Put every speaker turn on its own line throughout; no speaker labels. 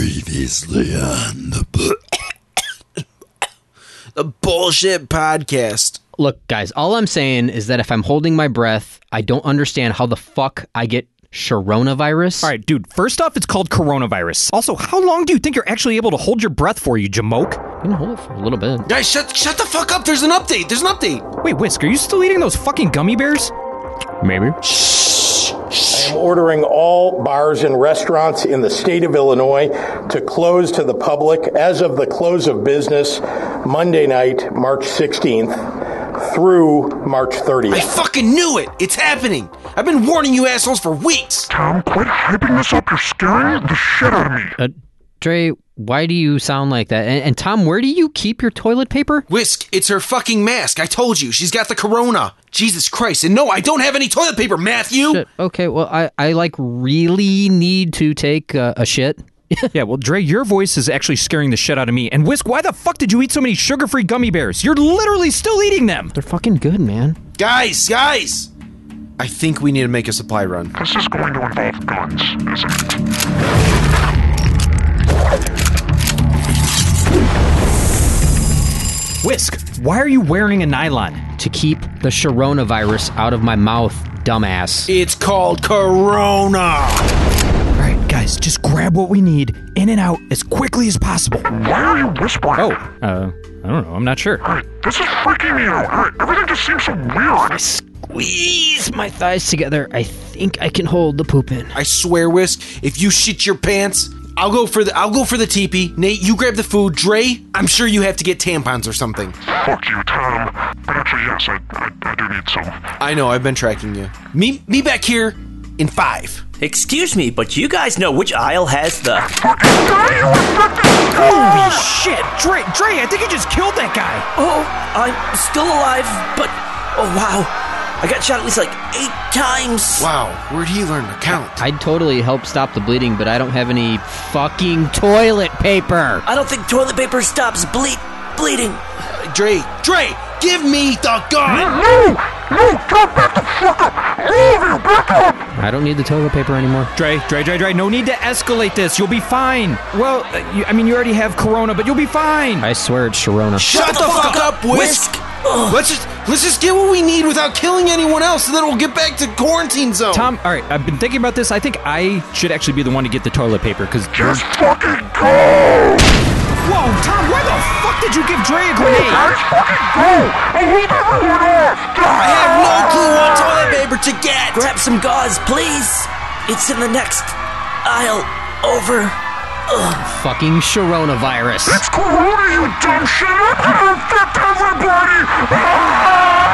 Previously on the bu- the bullshit podcast.
Look, guys, all I'm saying is that if I'm holding my breath, I don't understand how the fuck I get coronavirus.
All right, dude. First off, it's called coronavirus. Also, how long do you think you're actually able to hold your breath for, you jamoke?
I can hold it for a little bit.
Guys, shut shut the fuck up. There's an update. There's an update.
Wait, Whisk, are you still eating those fucking gummy bears?
Maybe.
I'm ordering all bars and restaurants in the state of Illinois to close to the public as of the close of business Monday night, March 16th through March
I
30th.
fucking knew it. It's happening. I've been warning you assholes for weeks.
Tom, quit hyping this up. You're scaring the shit out of me.
Uh, Dre, why do you sound like that? And, and Tom, where do you keep your toilet paper?
Whisk, it's her fucking mask. I told you. She's got the corona. Jesus Christ. And no, I don't have any toilet paper, Matthew.
Shit. Okay, well, I, I like really need to take uh, a shit.
yeah, well, Dre, your voice is actually scaring the shit out of me. And Whisk, why the fuck did you eat so many sugar-free gummy bears? You're literally still eating them.
They're fucking good, man.
Guys, guys. I think we need to make a supply run.
This is going to involve guns, isn't it?
Whisk, why are you wearing a nylon?
To keep the coronavirus out of my mouth, dumbass.
It's called corona.
All right, guys, just grab what we need in and out as quickly as possible.
Why are you whispering?
Oh, uh, I don't know. I'm not sure.
All right, this is freaking me out. All right, everything just seems so weird.
Squeeze my thighs together. I think I can hold the poop in.
I swear, Whisk, if you shit your pants, I'll go for the I'll go for the teepee. Nate, you grab the food. Dre, I'm sure you have to get tampons or something.
Fuck you, Tom. But actually, yes, I, I, I do need some.
I know, I've been tracking you. Me me back here in five.
Excuse me, but you guys know which aisle has the.
Fucking die, you infected!
Holy shit, Dre! Dre, I think you just killed that guy.
Oh, I'm still alive, but. Oh, wow. I got shot at least like eight times.
Wow, where'd he learn to count?
I'd totally help stop the bleeding, but I don't have any fucking toilet paper.
I don't think toilet paper stops ble- bleeding.
Dre, Dre, give me the gun!
No! No, Tom, back the fuck up! All of you, back up!
I don't need the toilet paper anymore.
Dre, Dre, Dre, Dre, no need to escalate this. You'll be fine. Well, uh, you, I mean, you already have corona, but you'll be fine.
I swear it's Sharona.
Shut, the, fuck, up, Whisk! Let's just let's just get what we need without killing anyone else, and then we'll get back to quarantine zone.
Tom, all right, I've been thinking about this. I think I should actually be the one to get the toilet paper because.
Just fucking go!
Whoa, Tom, where the fuck did you give Dre a grenade?
Guys, fucking go! And leave everyone off!
I have no clue what toilet paper to get.
Grab some gauze, please. It's in the next aisle over.
Fucking Sharona virus.
It's Corona, you dumb shit! I'm gonna infect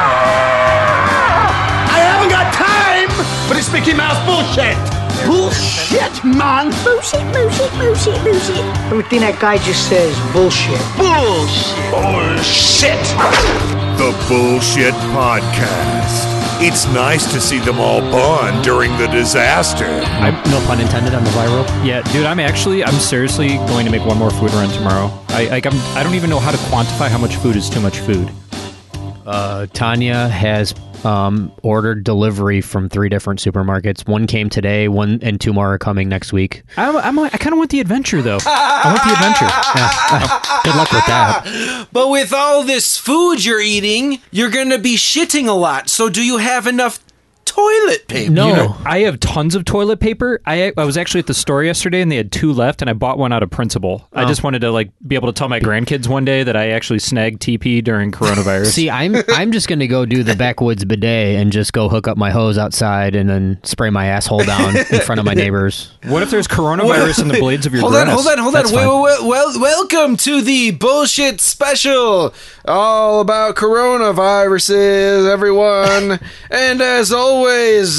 everybody!
I haven't got time for this Mickey Mouse bullshit. Bullshit, man.
bullshit, bullshit, bullshit, bullshit. Everything that guy just says, bullshit.
Bullshit. Bullshit.
The Bullshit Podcast. It's nice to see them all bond during the disaster.
I'm, no pun intended on the viral.
Yeah, dude, I'm actually, I'm seriously going to make one more food run tomorrow. I, like, I'm, I don't even know how to quantify how much food is too much food.
Uh, Tanya has um, ordered delivery from three different supermarkets. One came today, one and two more are coming next week.
I'm, I'm, I kind of want the adventure though. I want the adventure.
Good luck with that.
But with all this food you're eating, you're gonna be shitting a lot. So do you have enough toilet paper?
No.
You know, I have tons of toilet paper. I I was actually at the store yesterday and they had two left, and I bought one out of principle. I just wanted to like be able to tell my grandkids one day that I actually snagged TP during coronavirus.
See, I'm I'm just gonna go do the backwoods bidet and just go hook up my hose outside and then spray my asshole down in front of my neighbors.
what if there's coronavirus in the blades of your
Hold on,
grass?
hold on, hold on. Wait, wait, wait, well, welcome to the bullshit special, all about coronaviruses, everyone. and as always,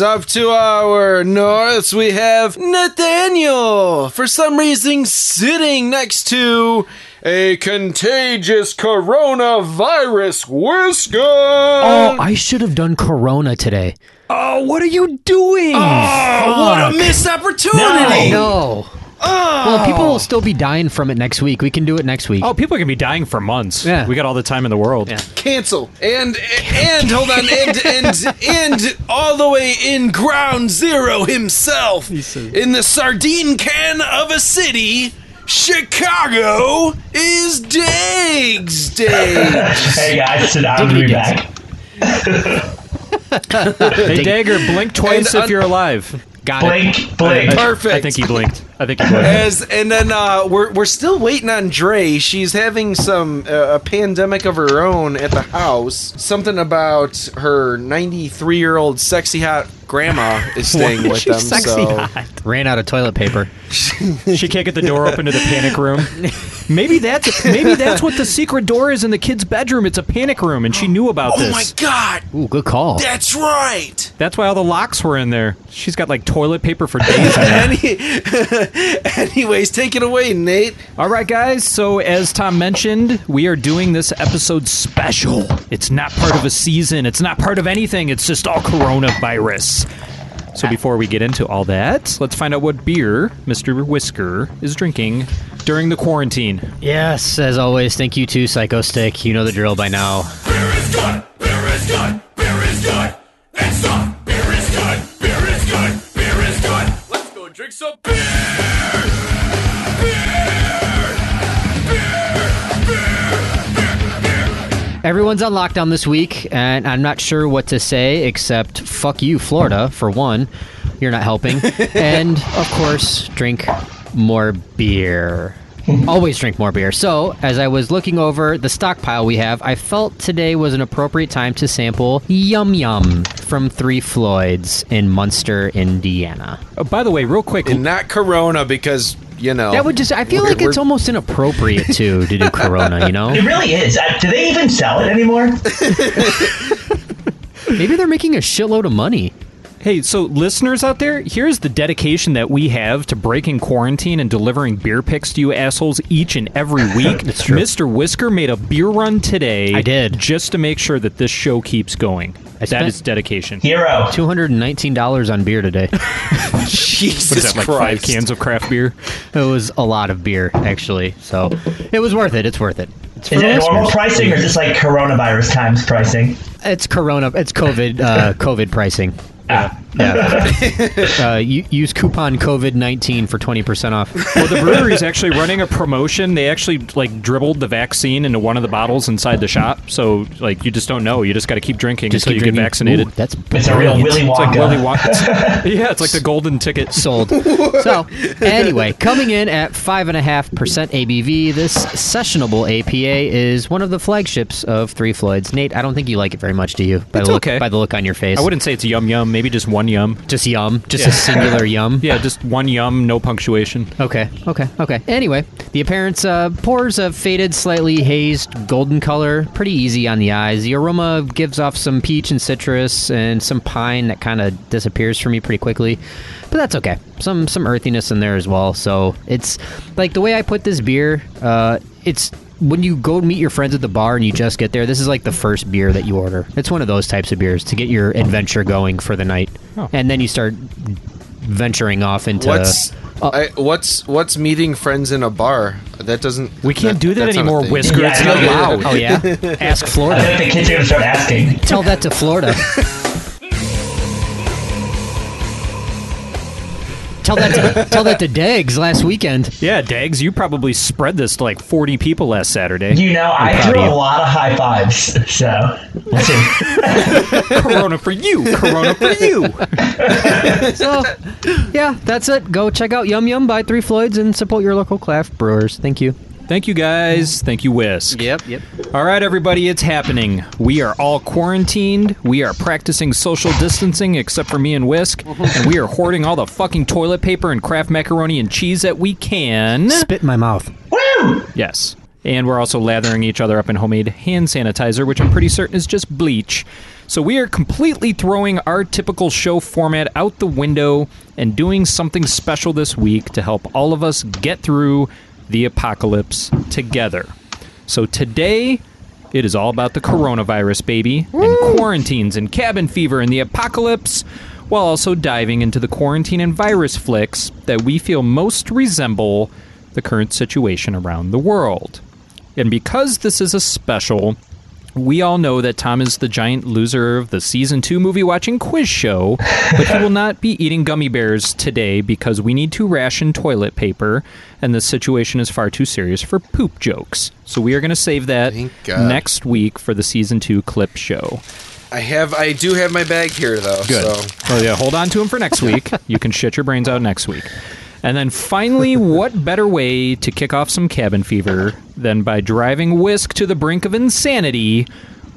up to our north, we have Nathaniel. For some reason, sitting next to a contagious coronavirus whisker.
Oh, I should have done Corona today.
Oh, what are you doing?
Ah, what a missed opportunity!
No.
Oh.
Well, people will still be dying from it next week. We can do it next week.
Oh, people are gonna be dying for months.
Yeah.
we got all the time in the world.
cancel and and hold on and and and all the way in ground zero himself in the sardine can of a city Chicago is Diggs Diggs.
Hey guys, sit down. I'll be back.
Hey, Dagger, blink twice
And
if you're alive.
Got it.
Blink, blink.
Perfect.
I think he blinked. I think he blinked.
As and then uh, we're we're still waiting on Dre. She's having some uh, a pandemic of her own at the house. Something about her 93 year old sexy hot grandma is staying with them. so
Ran out of toilet paper.
She can't get the door open to the panic room. Maybe that's maybe that's what the secret door is in the kid's bedroom. It's a panic room, and she knew about
oh my
this.
god,
Ooh, good call.
that's right.
That's why all the locks were in there. She's got like toilet paper for days.
Any, anyways, take it away, Nate.
All right, guys. So, as Tom mentioned, we are doing this episode special. It's not part of a season, it's not part of anything. It's just all coronavirus. So, before we get into all that, let's find out what beer Mr. Whisker is drinking during the quarantine.
Yes, as always, thank you to Psycho Stick. You know the drill by now.
Beer is good. Beer is good. Beer is good. And some beer is good. Beer is good. Beer is good. Let's go drink some beer.
Everyone's on lockdown this week, and I'm not sure what to say except fuck you, Florida, for one. You're not helping. and of course, drink more beer. Always drink more beer. So, as I was looking over the stockpile we have, I felt today was an appropriate time to sample Yum Yum from Three Floyds in Munster, Indiana.
Oh, by the way, real quick,
And not Corona because you know
That would just, I feel
we're-
like it's
we're-
almost inappropriate too to do Corona, you know?
It really is. Uh, do they even sell it anymore?
Maybe they're making a shitload of money.
hey, so listeners out there, here's the dedication that we have to breaking quarantine and delivering beer picks to you assholes each and every week.
That's true.
Mr. Whisker made a beer run today.
I did.
Just to make sure that this show keeps going. That is
spent-
dedication.
Hero.
$219 on beer today.
Jesus
Is that like
Christ.
five cans of craft beer?
It was a lot of beer, actually. So it was worth it. It's worth it. It's for
Is
the
it normal
listeners.
pricing or is this like coronavirus times pricing?
It's Corona. It's COVID. Uh, COVID pricing.
Ah.
Yeah. uh, you, use coupon COVID nineteen for twenty percent off.
Well, the brewery's actually running a promotion. They actually like dribbled the vaccine into one of the bottles inside the shop. So like you just don't know. You just got to keep drinking until
keep
you
drinking.
get vaccinated.
Ooh, that's
It's a real
brilliant.
Willy
it's
Wonka.
like Willy Wonka. yeah, it's like the golden ticket.
sold. so, anyway, coming in at 5.5% ABV, this sessionable APA is one of the flagships of Three Floyds. Nate, I don't think you like it very much, do you? By
It's
the look,
okay.
By the look on your face.
I wouldn't say it's yum yum. Maybe just one yum.
Just yum. Just a
Yeah.
singular yum.
Yeah, just one yum, no punctuation.
Okay, okay, okay. Anyway, the appearance uh, pours a faded, slightly hazed golden color, pretty easy on the eyes. The aroma gives off some peach and citrus and some pine that kind of disappears for me pretty quickly, but that's okay. Some some earthiness in there as well. So it's like the way I put this beer. Uh, it's when you go meet your friends at the bar and you just get there. This is like the first beer that you order. It's one of those types of beers to get your adventure going for the night, and then you start venturing off into
Uh,
What's
uh,
I, what's what's meeting friends in a bar? That doesn't.
We can't
that-
do that
that's not a
anymore,
thing.
Whisker.
Yeah,
it's
I
not
know.
allowed.
Oh yeah, ask
I
Florida.
feel like the kids are gonna start asking.
Tell that to Florida. tell that to, tell that to Deggs last weekend.
Yeah, Dags, you probably spread this to like 40 people last Saturday.
You know, I
proud
threw
of
a
you.
lot of high fives, so we'll see.
corona for you. Corona for you.
So, yeah, that's it. Go check out Yum Yum by Three Floyds and support your local craft brewers. Thank you.
Thank you guys. Thank you, Whisk.
Yep, yep.
All right, everybody, it's happening. We are all quarantined. We are practicing social distancing, except for me and Whisk, and we are hoarding all the fucking toilet paper and Kraft macaroni and cheese that we can.
Spit in my mouth.
Yes. And we're also lathering each other up in homemade hand sanitizer, which I'm pretty certain is just bleach. So we are completely throwing our typical show format out the window and doing something special this week to help all of us get through the apocalypse together. So today, it is all about the coronavirus, baby, and quarantines and cabin fever and the apocalypse, while also diving into the quarantine and virus flicks that we feel most resemble the current situation around the world. And because this is a special, We all know that Tom is the giant loser of the season two movie watching quiz show, but he will not be eating gummy bears today because we need to ration toilet paper, and the situation is far too serious for poop jokes. So we are going to save that
God.
next week for the season two clip show.
I have, I do have my bag here though.
Good.
So
Well, Oh, yeah, hold on to him for next week. You can shit your brains out next week. And then finally, what better way to kick off some cabin fever than by driving Whisk to the brink of insanity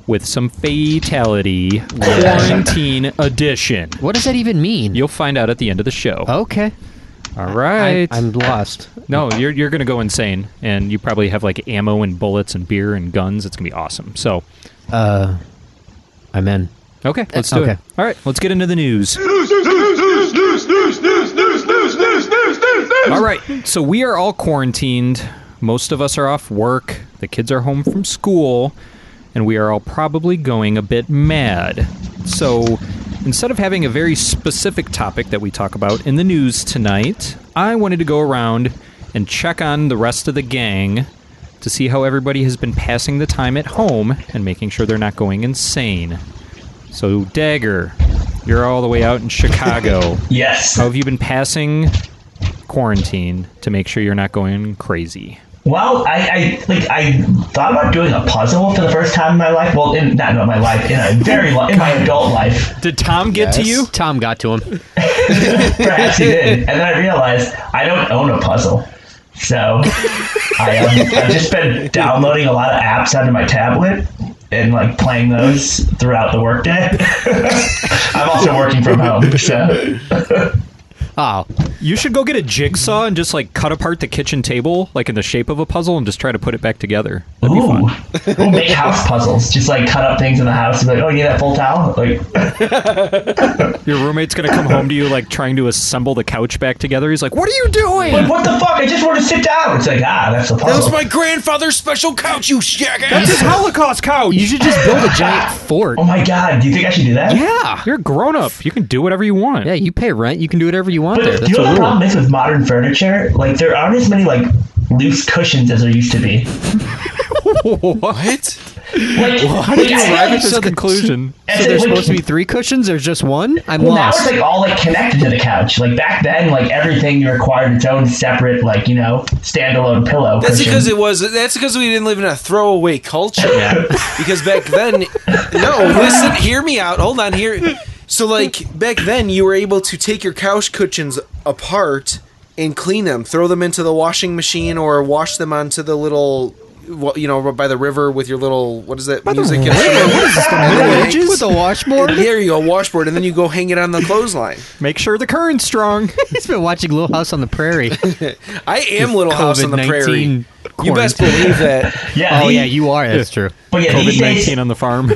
with some fatality quarantine edition?
What does that even mean?
You'll find out at the end of the show.
Okay.
All right.
Oh, I, am lost.
no, you're, you're going to go insane, and you probably have like ammo and bullets and beer and guns. It's going to be awesome. So,
Uh, I'm in.
okay, let's do
okay.
it. All right, let's get into the news. All right. So we are all quarantined. Most of us are off work. The kids are home from school. And we are all probably going a bit mad. So instead of having a very specific topic that we talk about in the news tonight, I wanted to go around and check on the rest of the gang to see how everybody has been passing the time at home and making sure they're not going insane. So, Dagger, you're all the way out in Chicago.
Yes.
How have you been passing quarantine to make sure you're not going crazy?
Well, I, I like I thought about doing a puzzle for the first time in my life. Well, in, not in my life, in a very long, in my adult life,
Did Tom get to you?
Tom got to him.
perhaps he did. And then I realized I don't own a puzzle, so I, um, I've just been downloading a lot of apps onto my tablet and like playing those throughout the workday. I'm also working from home, so
Oh,
You should go get a jigsaw and just like cut apart the kitchen table, like in the shape of a puzzle, and just try to put it back together. That'd be
ooh,
fun.
ooh, make house puzzles. Just like cut up things in the house. And be like, oh, you need that full towel? Like.
Your roommate's gonna come home to you like trying to assemble the couch back together. He's like, "What are you doing?"
Like, what the fuck? I just want to sit down. It's like, ah, that's the puzzle.
grandfather's special couch, you
This is
jackass.
Holocaust couch.
you should just build a giant fort.
oh my god, do you think I should do that?
Yeah.
You're a grown up. You can do whatever you want.
Yeah, you pay rent. You can do whatever you want there.
But you
That's
know what
a
the
rule.
problem is with modern furniture? Like, there aren't as many, like, loose cushions as there used to be.
what?
Like,
How did
like,
you
I feel
arrive
like
at this
the-
conclusion?
as
So
it-
there's
like,
supposed to be three cushions. There's just one. I'm
well, now it's,
lost.
like, all, like, connected to the couch. Like, back then, like, everything required its own separate, like, you know, standalone pillow
That's
cushion.
because it was. That's because we didn't live in a throwaway culture. because back then, no, listen, hear me out. Hold on, here. So, like back then, you were able to take your couch cushions apart and clean them, throw them into the washing machine, or wash them onto the little, wha- you know, by the river with your little what is that music instrument?
With the washboard.
There you go, washboard, and then you go hang it on the clothesline.
Make sure the current's strong.
He's been watching Little House on the Prairie.
I am Little House on the Prairie.
COVID-19
You best
quarantine.
believe that.
yeah,
Oh
the-
yeah, you are. That's true.
But yeah,
COVID
these days,
nineteen on the farm.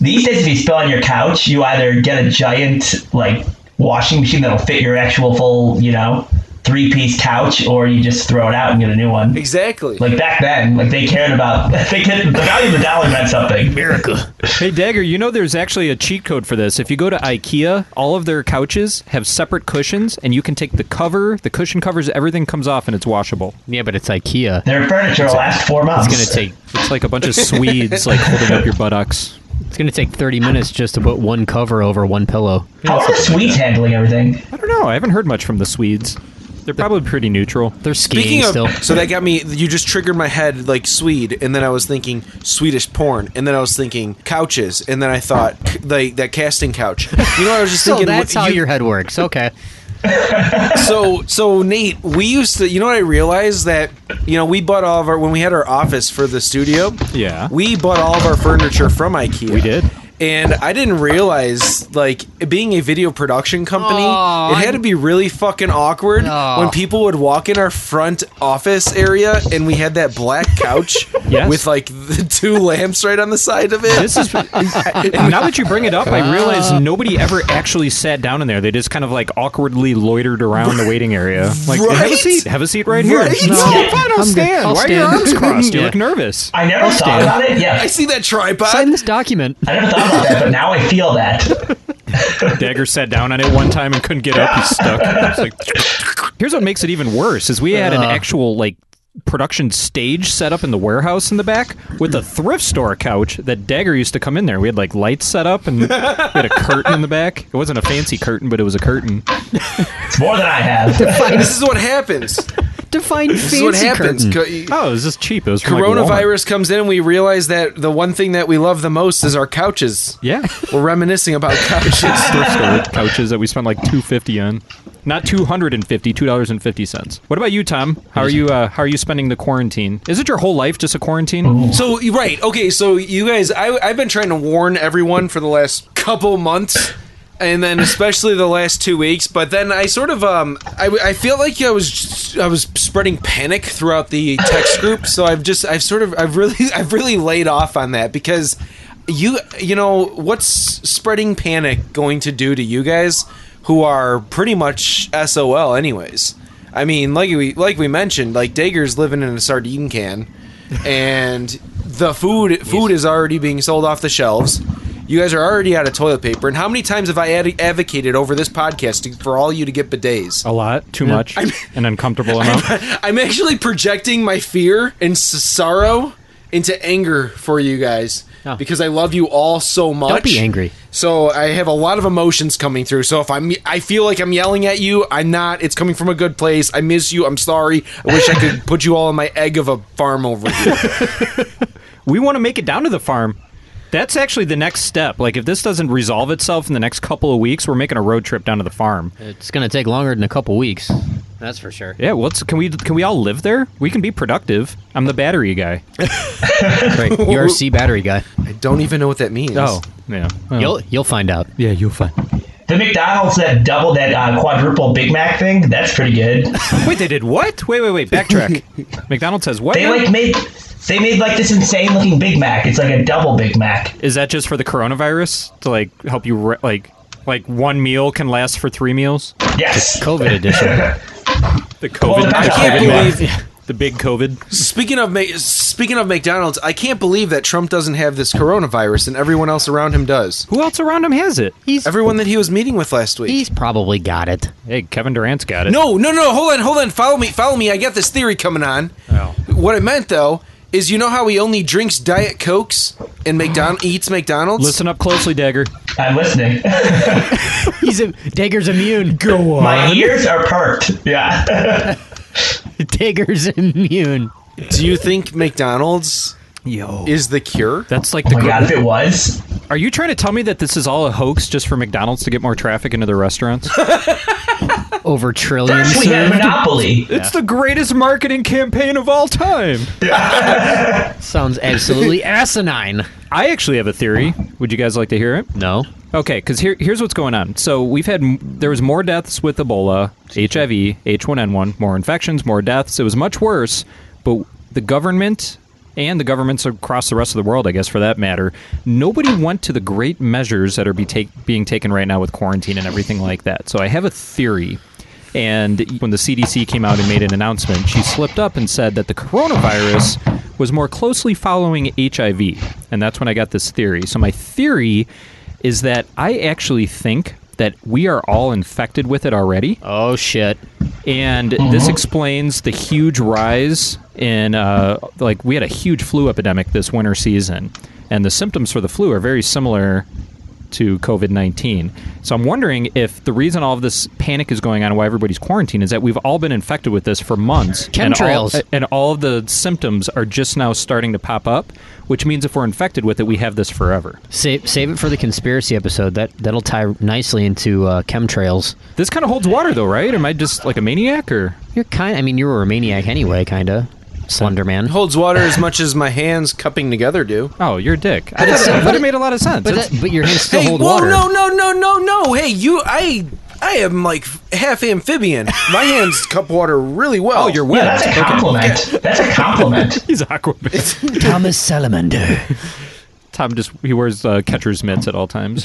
these days, if you spill on your couch, you either get a giant, like, washing machine that'll fit your actual full, you know, three piece couch, or you just throw it out and get a new one.
Exactly.
Like back then, like they cared about they cared, the value of the dollar meant something. America.
Hey Dagger, you know there's actually a cheat code for this. If you go to IKEA, all of their couches have separate cushions, and you can take the cover, the cushion covers, everything comes off, and it's washable.
Yeah, but it's IKEA.
Their furniture will last four months.
It's gonna take.
It's like a bunch of Swedes like holding up your buttocks.
It's gonna take 30 minutes just to put one cover over one pillow.
How's the Swedes handling everything?
I don't know. I haven't heard much from the Swedes. They're probably pretty neutral.
They're skiing
Speaking of,
still.
so that got me. You just triggered my head like Swede, and then I was thinking Swedish porn, and then I was thinking couches, and then I thought c- like that casting couch. You know, what I was just
so
thinking.
that's
you-
how your head works. Okay.
so so Nate, we used to. You know what I realized that you know we bought all of our when we had our office for the studio.
Yeah.
we bought all of our furniture from IKEA. We
did.
And I didn't realize, like, being a video production company,
Aw,
it had
I-
to be really fucking awkward
Aw.
when people would walk in our front office area and we had that black couch
Yes.
with like the two lamps right on the side of it.
This is and now that you bring it up, I
Ah.
realize nobody ever actually sat down in there. They just kind of like awkwardly loitered around the waiting area. Like
Right?
have a seat, have a seat right, here.
Right?
No,
Yeah.
fine, I'll
I'm good.
stand.
I'll
Why are your
stand.
arms crossed? You
Yeah.
look nervous.
I never thought about it. Yeah,
I see that
Sign
tripod.
this document.
I never thought about that, but now I feel that.
Dagger sat down on it one time Uh. and couldn't get up. He's stuck. It's like- here's what makes it even worse: is we had an actual like production stage set up in the warehouse in the back with a thrift store couch that Dagger used to come in there. We had like lights set up and we had a curtain in the back. It wasn't a fancy curtain, but it was a curtain.
It's more than I have.
this is what happens.
Define
This is what happens. Co-
Oh, it was just cheap. It was from, like, Walmart.
Coronavirus comes in, and we realize that the one thing that we love the most is our couches.
yeah.
We're reminiscing about couches.
thrift store couches that we spent like two fifty on. Not two hundred and fifty, two dollars and fifty cents. What about you, Tom? How are you? Uh, how are you spending the quarantine? Is it your whole life just a quarantine?
So you're right, okay. So you guys, I, I've been trying to warn everyone for the last couple months, and then especially the last two weeks. But then I sort of, um, I, w- I feel like I was I was spreading panic throughout the text group. So I've just I've sort of I've really I've really laid off on that because you you know what's spreading panic going to do to you guys who are pretty much SOL anyways. I mean, like we like we mentioned, like Dagger's living in a sardine can and the food food is already being sold off the shelves. You guys are already out of toilet paper. And how many times have I ad- advocated over this podcast to, for all you to get bidets?
Oh.
A lot, too much, an uncomfortable amount.
I'm actually projecting my fear and s- sorrow into anger for you guys
Oh.
because I love you all so much.
Don't be angry.
So I have a lot of emotions coming through. So if I'm, I feel like I'm yelling at you. I'm not. It's coming from a good place. I miss you. I'm sorry. I wish I could put you all in my egg of a farm over here.
We want to make it down to the farm. That's actually the next step. Like, if this doesn't resolve itself in the next couple of weeks, we're making a road trip down to the farm.
It's gonna take longer than a couple weeks. That's for sure.
Yeah, what's can we can we all live there? We can be productive. I'm the battery guy.
Right. You're a C battery guy.
I don't even know what that means.
Oh,
Oh.
yeah,
You'll you'll find out.
yeah, you'll find.
The McDonald's that double that uh, quadruple Big Mac thing, that's pretty good.
Wait, they did what? Wait, wait, wait. Backtrack. McDonald's has what?
They
now?
like made they made like this insane looking Big Mac. It's like a double Big Mac.
Is that just for the coronavirus to like help you re- like like one meal can last for three meals?
Yes.
COVID edition.
The COVID,
I
can't
COVID the big COVID.
Speaking of Ma- speaking of McDonald's, I can't believe that Trump doesn't have this coronavirus and everyone else around him does.
Who else around him has it?
He's
Everyone that he was meeting with last week.
he's probably got it.
Hey, Kevin Durant's got it.
no, no, no. Hold on, hold on. Follow me, follow me. I got this theory coming on.
Oh.
What I meant though is, you know how he only drinks Diet Cokes and McDonald eats McDonald's.
Listen up closely, Dagger.
I'm listening.
He's a, Dagger's immune. Go
My ears are perked. Yeah.
Dagger's immune.
do you think McDonald's
Yo.
is the cure?
That's like
oh
the.
my god, if
co-
it was.
Are you trying to tell me that this is all a hoax just for McDonald's to get more traffic into the restaurants?
Over trillions.
We had Monopoly.
It's the greatest marketing campaign of all time.
Sounds absolutely asinine.
I actually have a theory. Would you guys like to hear it?
No.
Okay, because here, here's what's going on. So we've had m- there was more deaths with Ebola, HIV, H1N1, more infections, more deaths. It was much worse, but the government and the governments across the rest of the world, I guess, for that matter, nobody went to the great measures that are be take, being taken right now with quarantine and everything like that. So I have a theory. And when the CDC came out and made an announcement, she slipped up and said that the coronavirus was more closely following HIV. And that's when I got this theory. So my theory is that I actually think that we are all infected with it already.
Oh shit.
And this explains the huge rise in, uh, like, we had a huge flu epidemic this winter season. And the symptoms for the flu are very similar to COVID 19. So I'm wondering if the reason all of this panic is going on, why everybody's quarantined, is that we've all been infected with this for months.
Chemtrails.
And all, and all of the symptoms are just now starting to pop up, which means if we're infected with it, we have this forever.
Save save it for the conspiracy episode. That that'll tie nicely into uh, chemtrails.
This kind of holds water, though, right? Am I just like a maniac or?
You're kind. I mean, you were a maniac anyway, kinda. Slender man.
Holds water as much as my hands cupping together do.
Oh, you're a dick. I just, that made a lot of sense.
But
It's-
that, but your hands still
hey,
hold
whoa,
water.
no, no, no, no, no. Hey, you, I, I am like half amphibian. My hands cup water really well.
oh, you're
Yeah,
wet.
that's a compliment. That's a compliment.
He's Aquaman.
Thomas Salamander.
Tom just he wears uh, catcher's mitts at all times.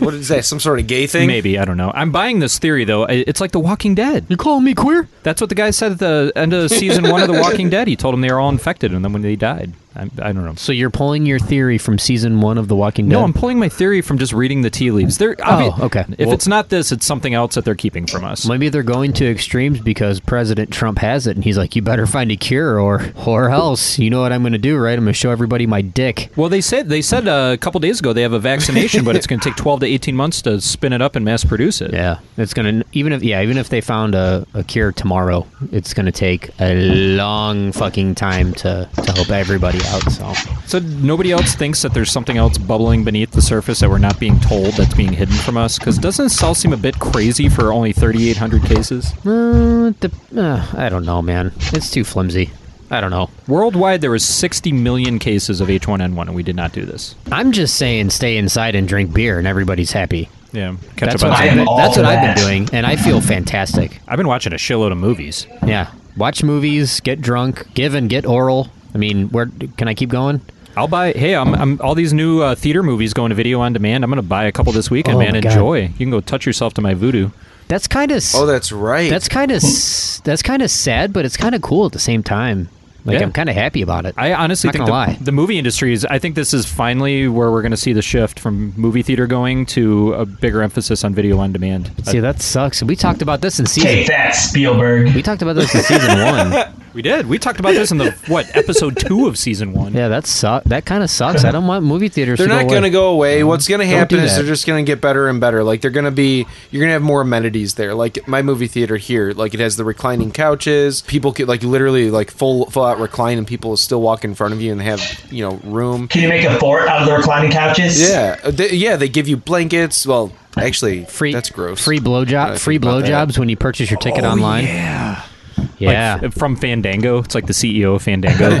What is that? Some sort of gay thing?
Maybe I don't know. I'm buying this theory though. I- It's like The Walking Dead.
You calling me queer?
That's what the guy said at the end of season one of The Walking Dead. He told them they were all infected, and then when they died, I, I don't know.
So you're pulling your theory from season one of The Walking Dead.
No, I'm pulling my theory from just reading the tea leaves. They're obvi-
Oh, okay.
If
Well-
it's not this, it's something else that they're keeping from us.
Maybe they're going to extremes because President Trump has it, and he's like, "You better find a cure, or or else, you know what I'm going to do, right? I'm going to show everybody my dick."
Well, they said they said uh, a couple days ago they have a vaccination, but it's going to take 12 to 18 months to spin it up and mass produce it.
Yeah, it's gonna even if yeah even if they found a, a cure tomorrow, it's gonna take a long fucking time to to help everybody out. So
So nobody else thinks that there's something else bubbling beneath the surface that we're not being told that's being hidden from us. Because doesn't this all seem a bit crazy for only 3,800 cases?
uh, the, uh, I don't know, man. It's too flimsy. I don't know.
Worldwide, there was 60 million cases of H1N1, and we did not do this.
I'm just saying, stay inside and drink beer, and everybody's happy.
Yeah, catch
That's
up
what,
on
I
I've
am
been,
all
that's what
for
I've been
that.
doing, and I feel fantastic.
I've been watching a shitload of movies.
Yeah, watch movies, get drunk, give and get oral. I mean, where can I keep going?
I'll buy. Hey, I'm, I'm all these new uh, theater movies going to video on demand. I'm going to buy a couple this weekend,
Oh
man.
my God.
Enjoy. You can go touch yourself to my voodoo.
That's kind of
Oh, that's right.
that's kind of that's kind of sad, but it's kind of cool at the same time. Like
Yeah.
I'm kind of happy about it.
I honestly
Not
think the,
gonna lie.
the movie industry is. I think this is finally where we're going to see the shift from movie theater going to a bigger emphasis on video on demand. Uh,
See, that sucks. We talked about this in season.
Take that, Spielberg.
We talked about this in season one.
we did. We talked about this in the what episode two of season one.
Yeah, that suck. That kind of sucks. I don't want movie theaters.
They're
to
not
go
going to
away.
go away. What's going to happen
Mm-hmm. do
is
that.
they're just going to get better and better. Like they're going to be, you're going to have more amenities there. Like my movie theater here, like it has the reclining couches. People could like literally like full full out recline, and people still walk in front of you and have you know room.
Can you make a fort out of the reclining couches?
Yeah, Uh, they, yeah. They give you blankets. Well, actually,
Free.
That's gross.
Free
I
blowjob.
think
Free
about that.
blowjobs when you purchase your ticket online. Yeah.
Like,
Yeah.
f- from Fandango. It's like the CEO of Fandango.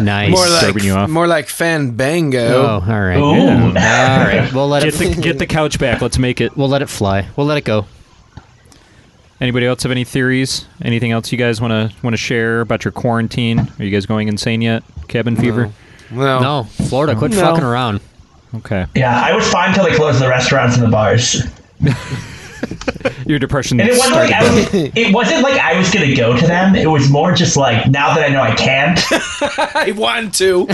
Nice.
More
Serving you
like
off.
more like
oh,
fandango.
all right.
Ooh.
All right. We'll let
Get
it.
the get the couch back. Let's make it.
we'll let it fly. We'll let it go.
Anybody else have any theories? Anything else you guys want to want to share about your quarantine? Are you guys going insane yet? Cabin fever.
No.
No, Florida, quit
No.
fucking around.
Okay.
Yeah, I was fine till they closed the restaurants and the bars.
Your depression.
And it wasn't
started
like I was, it wasn't like I was gonna go to them. It was more just like now that I know I can't.
I want to.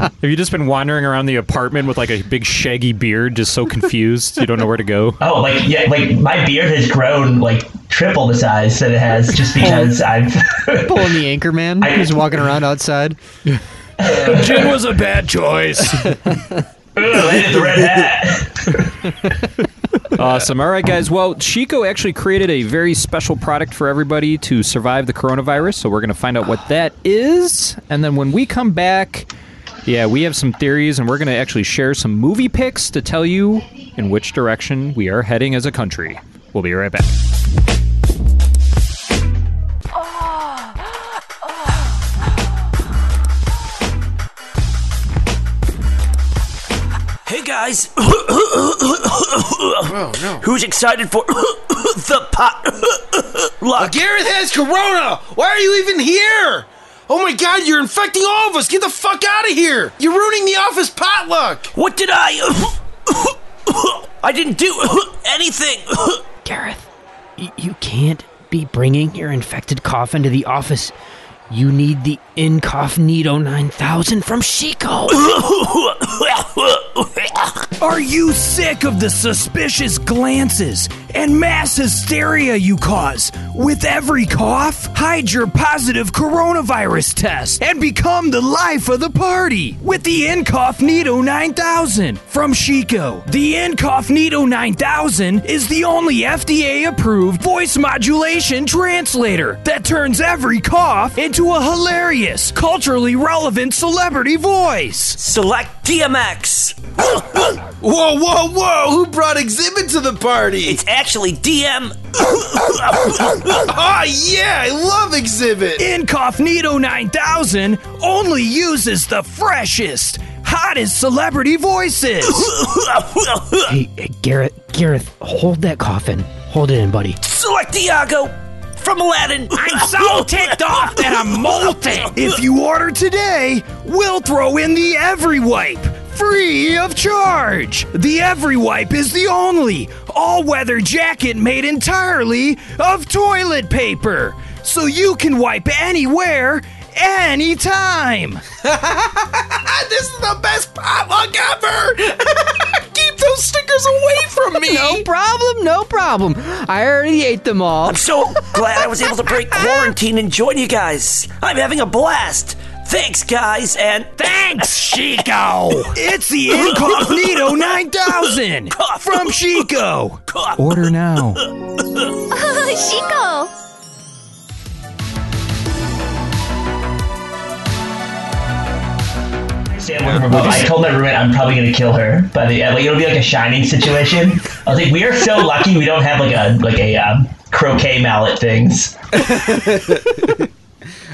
Have you just been wandering around the apartment with like a big shaggy beard, just so confused you don't know where to go?
Oh, like yeah, like my beard has grown like triple the size that it has just because I've.
Pulling the anchor man.
I-
He's walking around outside.
Gin was a bad choice.
Ooh, I did the red hat.
Awesome. All right, guys. Well, Chico actually created a very special product for everybody to survive the coronavirus. So we're going to find out what that is. And then when we come back, yeah, we have some theories and we're going to actually share some movie picks to tell you in which direction we are heading as a country. We'll be right back.
Hey guys! Who's excited for the pot? luck?
Gareth has corona. Why are you even here? Oh my god, you're infecting all of us. Get the fuck out of here. You're ruining the office potluck.
What did I? I didn't do anything.
Gareth, y- you can't be bringing your infected coffin to the office. You need the Incognito 9000 from Chico.
Are you sick of the suspicious glances and mass hysteria you cause with every cough? Hide your positive coronavirus test and become the life of the party with the Incognito 9000 from Chico. The Incognito 9000 is the only FDA approved voice modulation translator that turns every cough into a hilarious, culturally relevant celebrity voice.
Select DMX.
Whoa, whoa, whoa! Who brought Exhibit to the party?
It's actually DM.
Ah, yeah, I love Exhibit.
Incognito 9000 only uses the freshest, hottest celebrity voices.
hey, Gareth, Gareth, hold that coffin. Hold it in, buddy.
Select Diago from Aladdin.
I'm so ticked off that I'm molting. If you order today, we'll throw in the Every Wipe. Free of charge! The Every Wipe is the only all weather jacket made entirely of toilet paper. So you can wipe anywhere, anytime.
this is the best potluck ever. Keep those stickers away from me.
no problem. No problem. I already ate them all. I'm
so glad I was able to break quarantine and join you guys. I'm having a blast. Thanks, guys, and thanks,
Chico. It's the Incognito 9000 from Chico.
Order now.
Chico!
Stand away from above. I told my roommate I'm probably gonna kill her, but the, like, it'll be like a shining situation. I was like, we are so lucky we don't have like a like a um, croquet mallet things.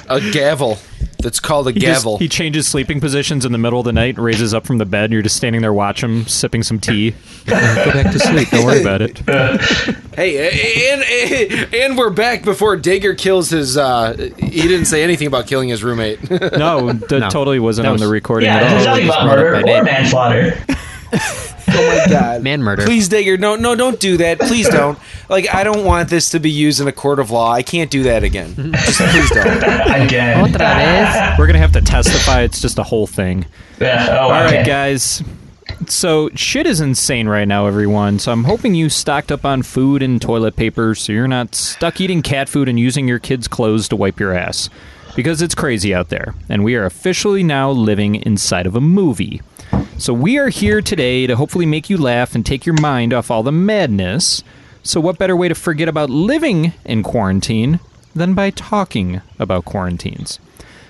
A gavel. That's called a
He, just-
gavel.
he changes sleeping positions in the middle of the night, raises up from the bed, and you're just standing there watching him, sipping some tea. Go back to sleep. Don't worry about it.
hey, and and we're back before Dagger kills his. uh He didn't say anything about killing his roommate.
No, that totally wasn't
That
on
was-
the recording
Yeah,
at all.
there's nothing
It was
about
brought up
murder
by
or
Dave.
manslaughter.
Oh my god. Man murder.
Please, Dagger, no, no, don't do that. Please don't. Like, I don't want this to be used in a court of law. I can't do that again. Just please don't.
Again.
We're gonna have to testify. It's just a whole thing.
Yeah, oh,
All right,
okay.
guys. So shit is insane right now, everyone. So I'm hoping you stocked up on food and toilet paper, so you're not stuck eating cat food and using your kids' clothes to wipe your ass, because it's crazy out there, and we are officially now living inside of a movie. So we are here today to hopefully make you laugh and take your mind off all the madness. So what better way to forget about living in quarantine than by talking about quarantines?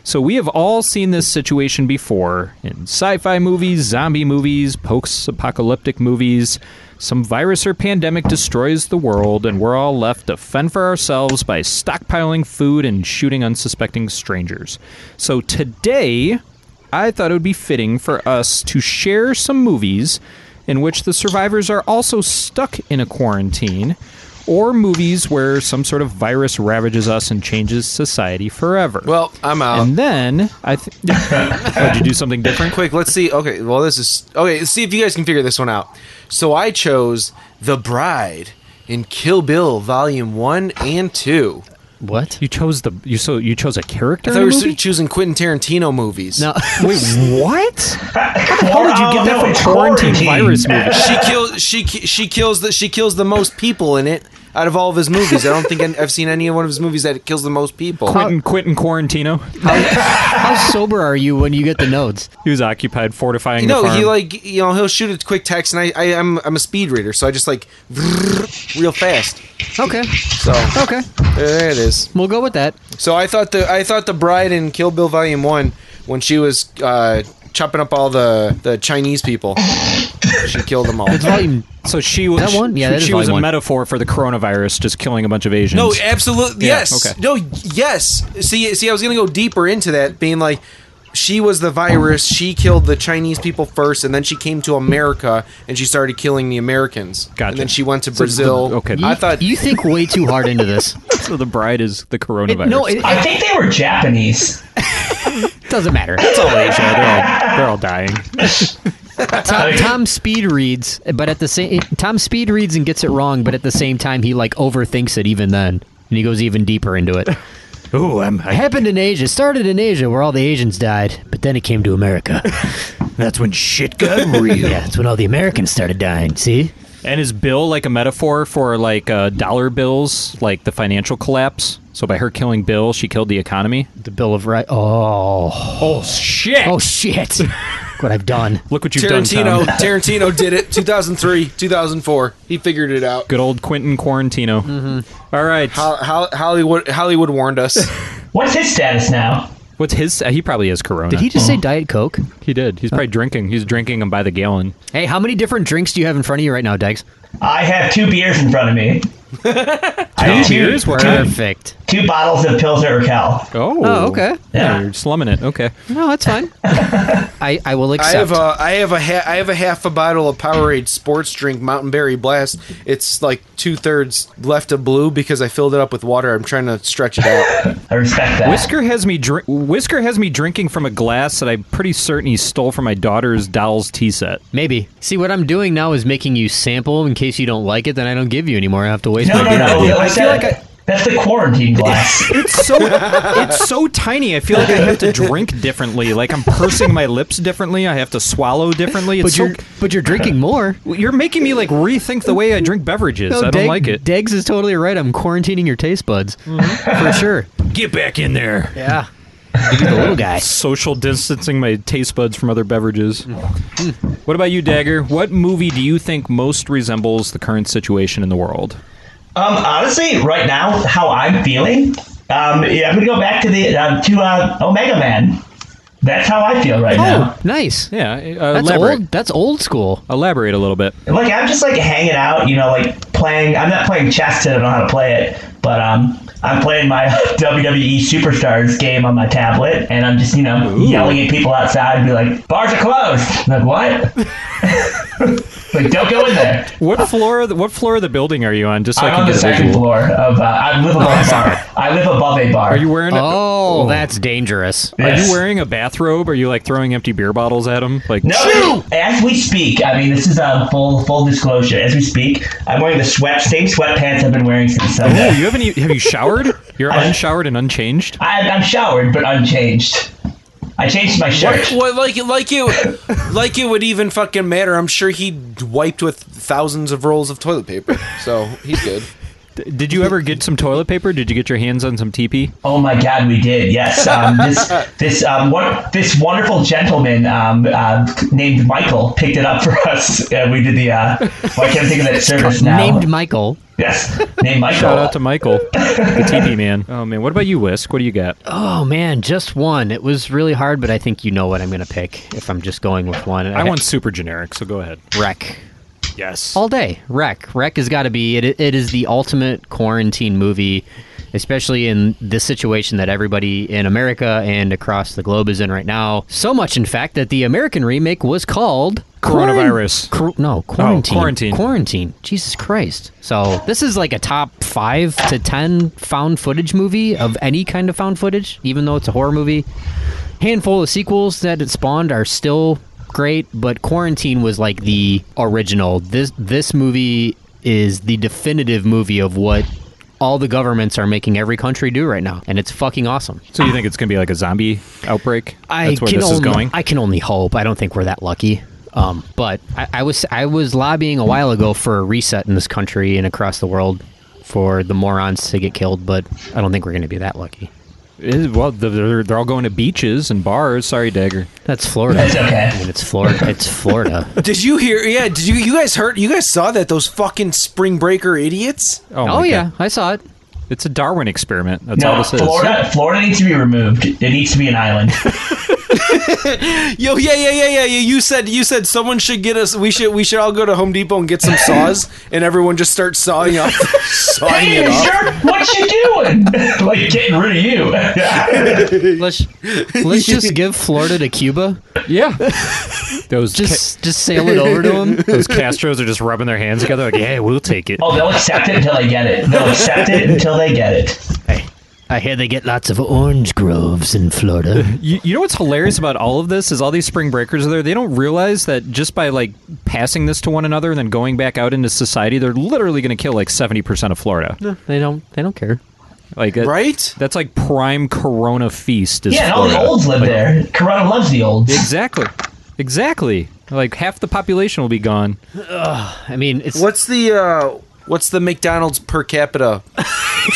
So we have all seen this situation before in sci-fi movies, zombie movies, post-apocalyptic movies. Some virus or pandemic destroys the world, and we're all left to fend for ourselves by stockpiling food and shooting unsuspecting strangers. So today, I thought it would be fitting for us to share some movies in which the survivors are also stuck in a quarantine, or movies where some sort of virus ravages us and changes society forever.
Well, I'm out.
And then I th- would Oh, you do something different?
Quick, let's see. Okay, well, this is okay. Let's see if you guys can figure this one out. So I chose The Bride in Kill Bill Volume One and Two.
What
you chose the you so you chose a character?
I
in
thought
a
we were
movie?
choosing Quentin Tarantino movies. No,
wait, what? How did you get that from Oh, quarantine virus movie?
she kills. She ki- she kills the she kills the most people in it out of all of his movies. I don't think I've seen any one of his movies that kills the most people.
Quentin Quentin Quarantino.
How sober are you when you get the nodes?
He was occupied fortifying
No,
the farm.
he like you know he'll shoot a quick text, and I, I I'm I'm a speed reader, so I just like real fast.
Okay.
So
okay,
there it is.
We'll go with that.
So I thought the I thought the bride in Kill Bill Volume One when she was uh, chopping up all the the Chinese people, she killed them all.
So she was
That one? Yeah,
she,
that is
she was
volume
a
one.
metaphor for the coronavirus, just killing a bunch of Asians.
No, absolutely.
Yeah,
Yes.
okay.
No. Yes. See. See. I was gonna go deeper into that, being like, she was the virus. She killed the Chinese people first, and then she came to America and she started killing the Americans. Gotcha. And then she went to
So
Brazil.
the- okay.
I
You-
thought
you think way too hard into this.
So the bride is the coronavirus.
It- no, it- I think they were Japanese. Doesn't matter.
It's all Asia. They're all, they're all dying.
Tom, Tom speed reads, but at the same Tom speed reads and gets it wrong, but at the same time he like overthinks it even then, and he goes even deeper into it.
Ooh, I'm.
It happened in Asia. Started in Asia, where all the Asians died, but then it came to America.
That's when shit
got real.
yeah, that's when all the Americans started dying. See,
And is bill like a metaphor for like uh, dollar bills, like the financial collapse? So by her killing Bill, she killed the economy.
The Bill of Rights. Oh.
Oh shit.
Oh shit. Look what I've done.
Look what you've
Tarantino.
done, Tom.
Tarantino did it. 2003, 2004. He figured it out.
Good old Quentin Quarantino. Mm-hmm. right.
Ho- ho- Hollywood. Hollywood warned us.
What's his status now?
What's his? Uh, he probably has Corona.
Did he Oh. just say Diet Coke?
He did. He's probably drinking. He's drinking them by the gallon.
Hey, how many different drinks do you have in front of you right now, Dykes?
I have two beers in front of me. I
Two
have
beers? Where-
Perfect.
Two bottles of Pilsner Urquell.
Oh.
Oh, okay.
Yeah, you're slumming it. Okay.
No, that's fine. I, I will
I have uh,
accept.
a I have a ha- I have a half a bottle of Powerade sports drink Mountain Berry Blast. It's like two thirds left of blue because I filled it up with water. I'm trying to stretch it out.
I respect
Whisker has me drink. Whisker has me drinking from a glass that I'm pretty certain he stole from my daughter's doll's tea set.
Maybe. See, what I'm doing now is making you sample in case you don't like it, then I don't give you anymore. I have to waste
No,
my
no,
beer.
no.
with you.
I feel like That's the quarantine glass.
it's so it's so tiny. I feel like I have to drink differently. Like I'm pursing my lips differently. I have to swallow differently. It's
But you're- but you're drinking more.
You're making me like rethink the way I drink beverages.
No,
I don't
Deg-
like it. Mm-hmm.
Degs is totally right. I'm quarantining your taste buds for sure.
Get back in there.
Yeah. the little guy.
Social distancing my taste buds from other beverages.
Mm.
What about you, Dagger? What movie do you think most resembles the current situation in the world?
Um, honestly, right now, how I'm feeling, um, yeah, I'm gonna go back to the um, to uh, Omega Man. That's how I feel right now.
Oh, nice.
Yeah, uh,
that's
elaborate.
old. That's old school.
Elaborate a little bit.
Like I'm just like hanging out, you know, like playing. I'm not playing chess because I don't know how to play it, but um, I'm playing my WWE Superstars game on my tablet, and I'm just you know yelling at people outside, and be like, "Bars are closed." I'm like what? like don't go in there.
What floor? Of the, what floor of the building are you on? Just so I
I'm
can
on
get
the
a
second
visual.
floor of. Uh, I live above a
sorry.
bar. I live above a bar.
Are you wearing? A,
Oh, that's dangerous.
Are
Yes.
you wearing a bathrobe? Are you like throwing empty beer bottles at him? Like
No, as we speak, I mean, this is a full full disclosure. As we speak, I'm wearing the sweat same sweatpants I've been wearing since
Ooh,
Sunday.
you haven't. e- Have you showered? You're
I-
unshowered and unchanged.
I, I'm showered but unchanged. I changed my shirt.
What, what, like, like it, like it would even fucking matter. I'm sure he wiped with thousands of rolls of toilet paper, so he's good.
D- Did you ever get some toilet paper? Did you get your hands on some TP?
Oh my God, we did. Yes, um, this this um, what, this wonderful gentleman um, uh, named Michael picked it up for us. Uh, we did the. Uh, why can't I think of that service now?
Named Michael.
yes, named Michael.
Shout out to Michael, the TP man. Oh man, what about you, Whisk? What do you got?
Oh man, just one. It was really hard, but I think you know what I'm gonna pick if I'm just going with one.
I want super generic, so go ahead.
wreck.
Yes.
all day. Wreck. Wreck has got to be. It, it is the ultimate quarantine movie, especially in this situation that everybody in America and across the globe is in right now. So much, in fact, that the American remake was called
Coronavirus.
Quaran- Cor- no, quarantine.
quarantine.
Quarantine. Jesus Christ. So this is like a top five to ten found footage movie of any kind of found footage, even though it's a horror movie. Handful of sequels that it spawned are still great, but Quarantine was like the original. This this movie is the definitive movie of what all the governments are making every country do right now, and it's fucking awesome.
So you think it's gonna be like a zombie outbreak?
I
That's where
can
this
only,
is going.
I can only hope. I don't think we're that lucky. Um, but I, I was I was lobbying a while ago for a reset in this country and across the world for the morons to get killed, but I don't think we're going to be that lucky.
It is- well, they're, they're all going to beaches and bars. Sorry, Dagger.
That's Florida.
That's okay.
I mean, it's Florida. It's Florida.
Did you hear? Yeah, did you? You guys heard? You guys saw that? Those fucking spring breaker idiots.
Oh, my
oh
God.
yeah, I saw it.
It's a Darwin experiment. That's all
No,
this is.
Florida, Florida needs to be removed. It needs to be an island.
Yo, yeah, yeah, yeah, yeah, yeah. You said you said someone should get us. We should we should all go to Home Depot and get some saws, and everyone just start sawing off, sawing
hey,
it off.
sir, what you doing? like getting rid of you.
Let's let's just give Florida to Cuba.
Yeah. Those ca-
Just just sail it over to them.
those Castros are just rubbing their hands together like, yeah, we'll take it.
oh, they'll accept it until they get it. They'll accept it until they get it.
I hear they get lots of orange groves in Florida.
You, you know what's hilarious about all of this is all these spring breakers are there. They don't realize that just by like passing this to one another and then going back out into society, they're literally going to kill like 70% of Florida.
they don't they don't care.
Like it-
Right?
That's like prime corona feast is
Yeah, and all the
Florida.
olds live
Like-
there. Corona loves the olds.
Exactly. Exactly. Like half the population will be gone.
I mean, it's
What's the uh, what's the McDonald's per capita